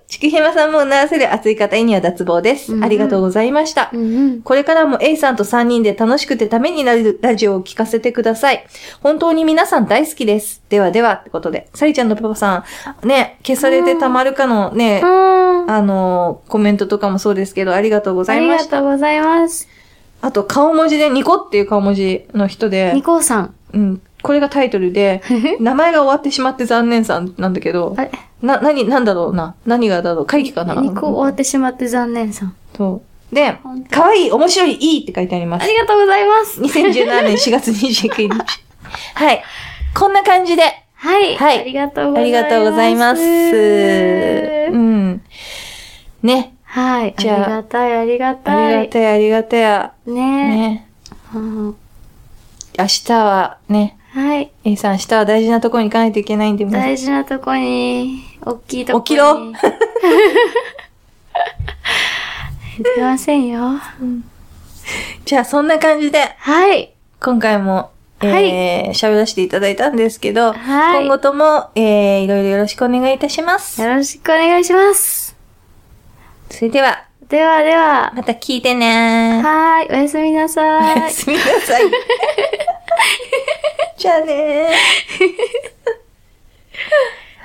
Speaker 1: ちきひまさんもうならせる熱い方には脱帽です。
Speaker 2: うん
Speaker 1: ありがとうございました。
Speaker 2: うんうん。
Speaker 1: これからも A さんと3人で楽しくてためになるラジオを聞かせてください。本当に皆さん大好きです。ではでは、ってことで。サリちゃんのパパさん、ね、消されてたまるかのね、
Speaker 2: あー
Speaker 1: あのーコメントとかもそうですけど、ありがとうござ
Speaker 2: あ
Speaker 1: い
Speaker 2: り
Speaker 1: ま
Speaker 2: が
Speaker 1: した。
Speaker 2: とう
Speaker 1: あ
Speaker 2: ございます。
Speaker 1: と、顔文字でニコっていう顔文字の人で
Speaker 2: ニ、コウさん。
Speaker 1: うん、これがタイトルで、名前が終わってしまって残念さんなんだけど
Speaker 2: あ、れ
Speaker 1: な、なに、なんだろうな。何がだろう会議かな
Speaker 2: ニコ終わってしまって残念さん。
Speaker 1: そう。で
Speaker 2: 本、当
Speaker 1: 可愛い面白い、いいって書いてあります
Speaker 2: あ。りがとうございます。
Speaker 1: 2017年4月29日。 (laughs) はい。こんな感じで、
Speaker 2: はい。
Speaker 1: はい
Speaker 2: ありがとうご
Speaker 1: あ
Speaker 2: ざ
Speaker 1: り
Speaker 2: います。
Speaker 1: がとうございます。うん。ね。
Speaker 2: はい。あ
Speaker 1: じ
Speaker 2: り
Speaker 1: ゃあ
Speaker 2: がたい、ありが
Speaker 1: あ
Speaker 2: た
Speaker 1: りが
Speaker 2: い。
Speaker 1: たや、ありがたや。
Speaker 2: ね
Speaker 1: ね。
Speaker 2: うん
Speaker 1: 明日はね、
Speaker 2: はい。
Speaker 1: A さん、明日は大事なところに行かないといけないんで、皆さん
Speaker 2: 大事なとこに、大きいとこに。
Speaker 1: 起き
Speaker 2: (laughs)
Speaker 1: ろ
Speaker 2: 出ませんよ。
Speaker 1: じゃあ、そんな感じで、
Speaker 2: はい。
Speaker 1: 今回も、えー、喋、らせていただいたんですけど、
Speaker 2: はい
Speaker 1: 今後とも、えー、いろいろよろしくお願いいたします
Speaker 2: よ。ろしくお願いします。
Speaker 1: それでは、
Speaker 2: ではでは。
Speaker 1: また聞いてね
Speaker 2: はーい。おやすみな
Speaker 1: お
Speaker 2: さ
Speaker 1: や
Speaker 2: い。
Speaker 1: すみなさ (laughs) い。じゃあね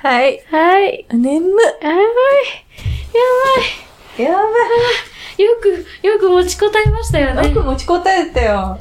Speaker 1: ー。はい。
Speaker 2: はい。
Speaker 1: 眠。
Speaker 2: やばい。やば
Speaker 1: やば
Speaker 2: い。よく、よく持ちこたえましたよ
Speaker 1: い。よ
Speaker 2: ね
Speaker 1: く。持ちこたえたよ。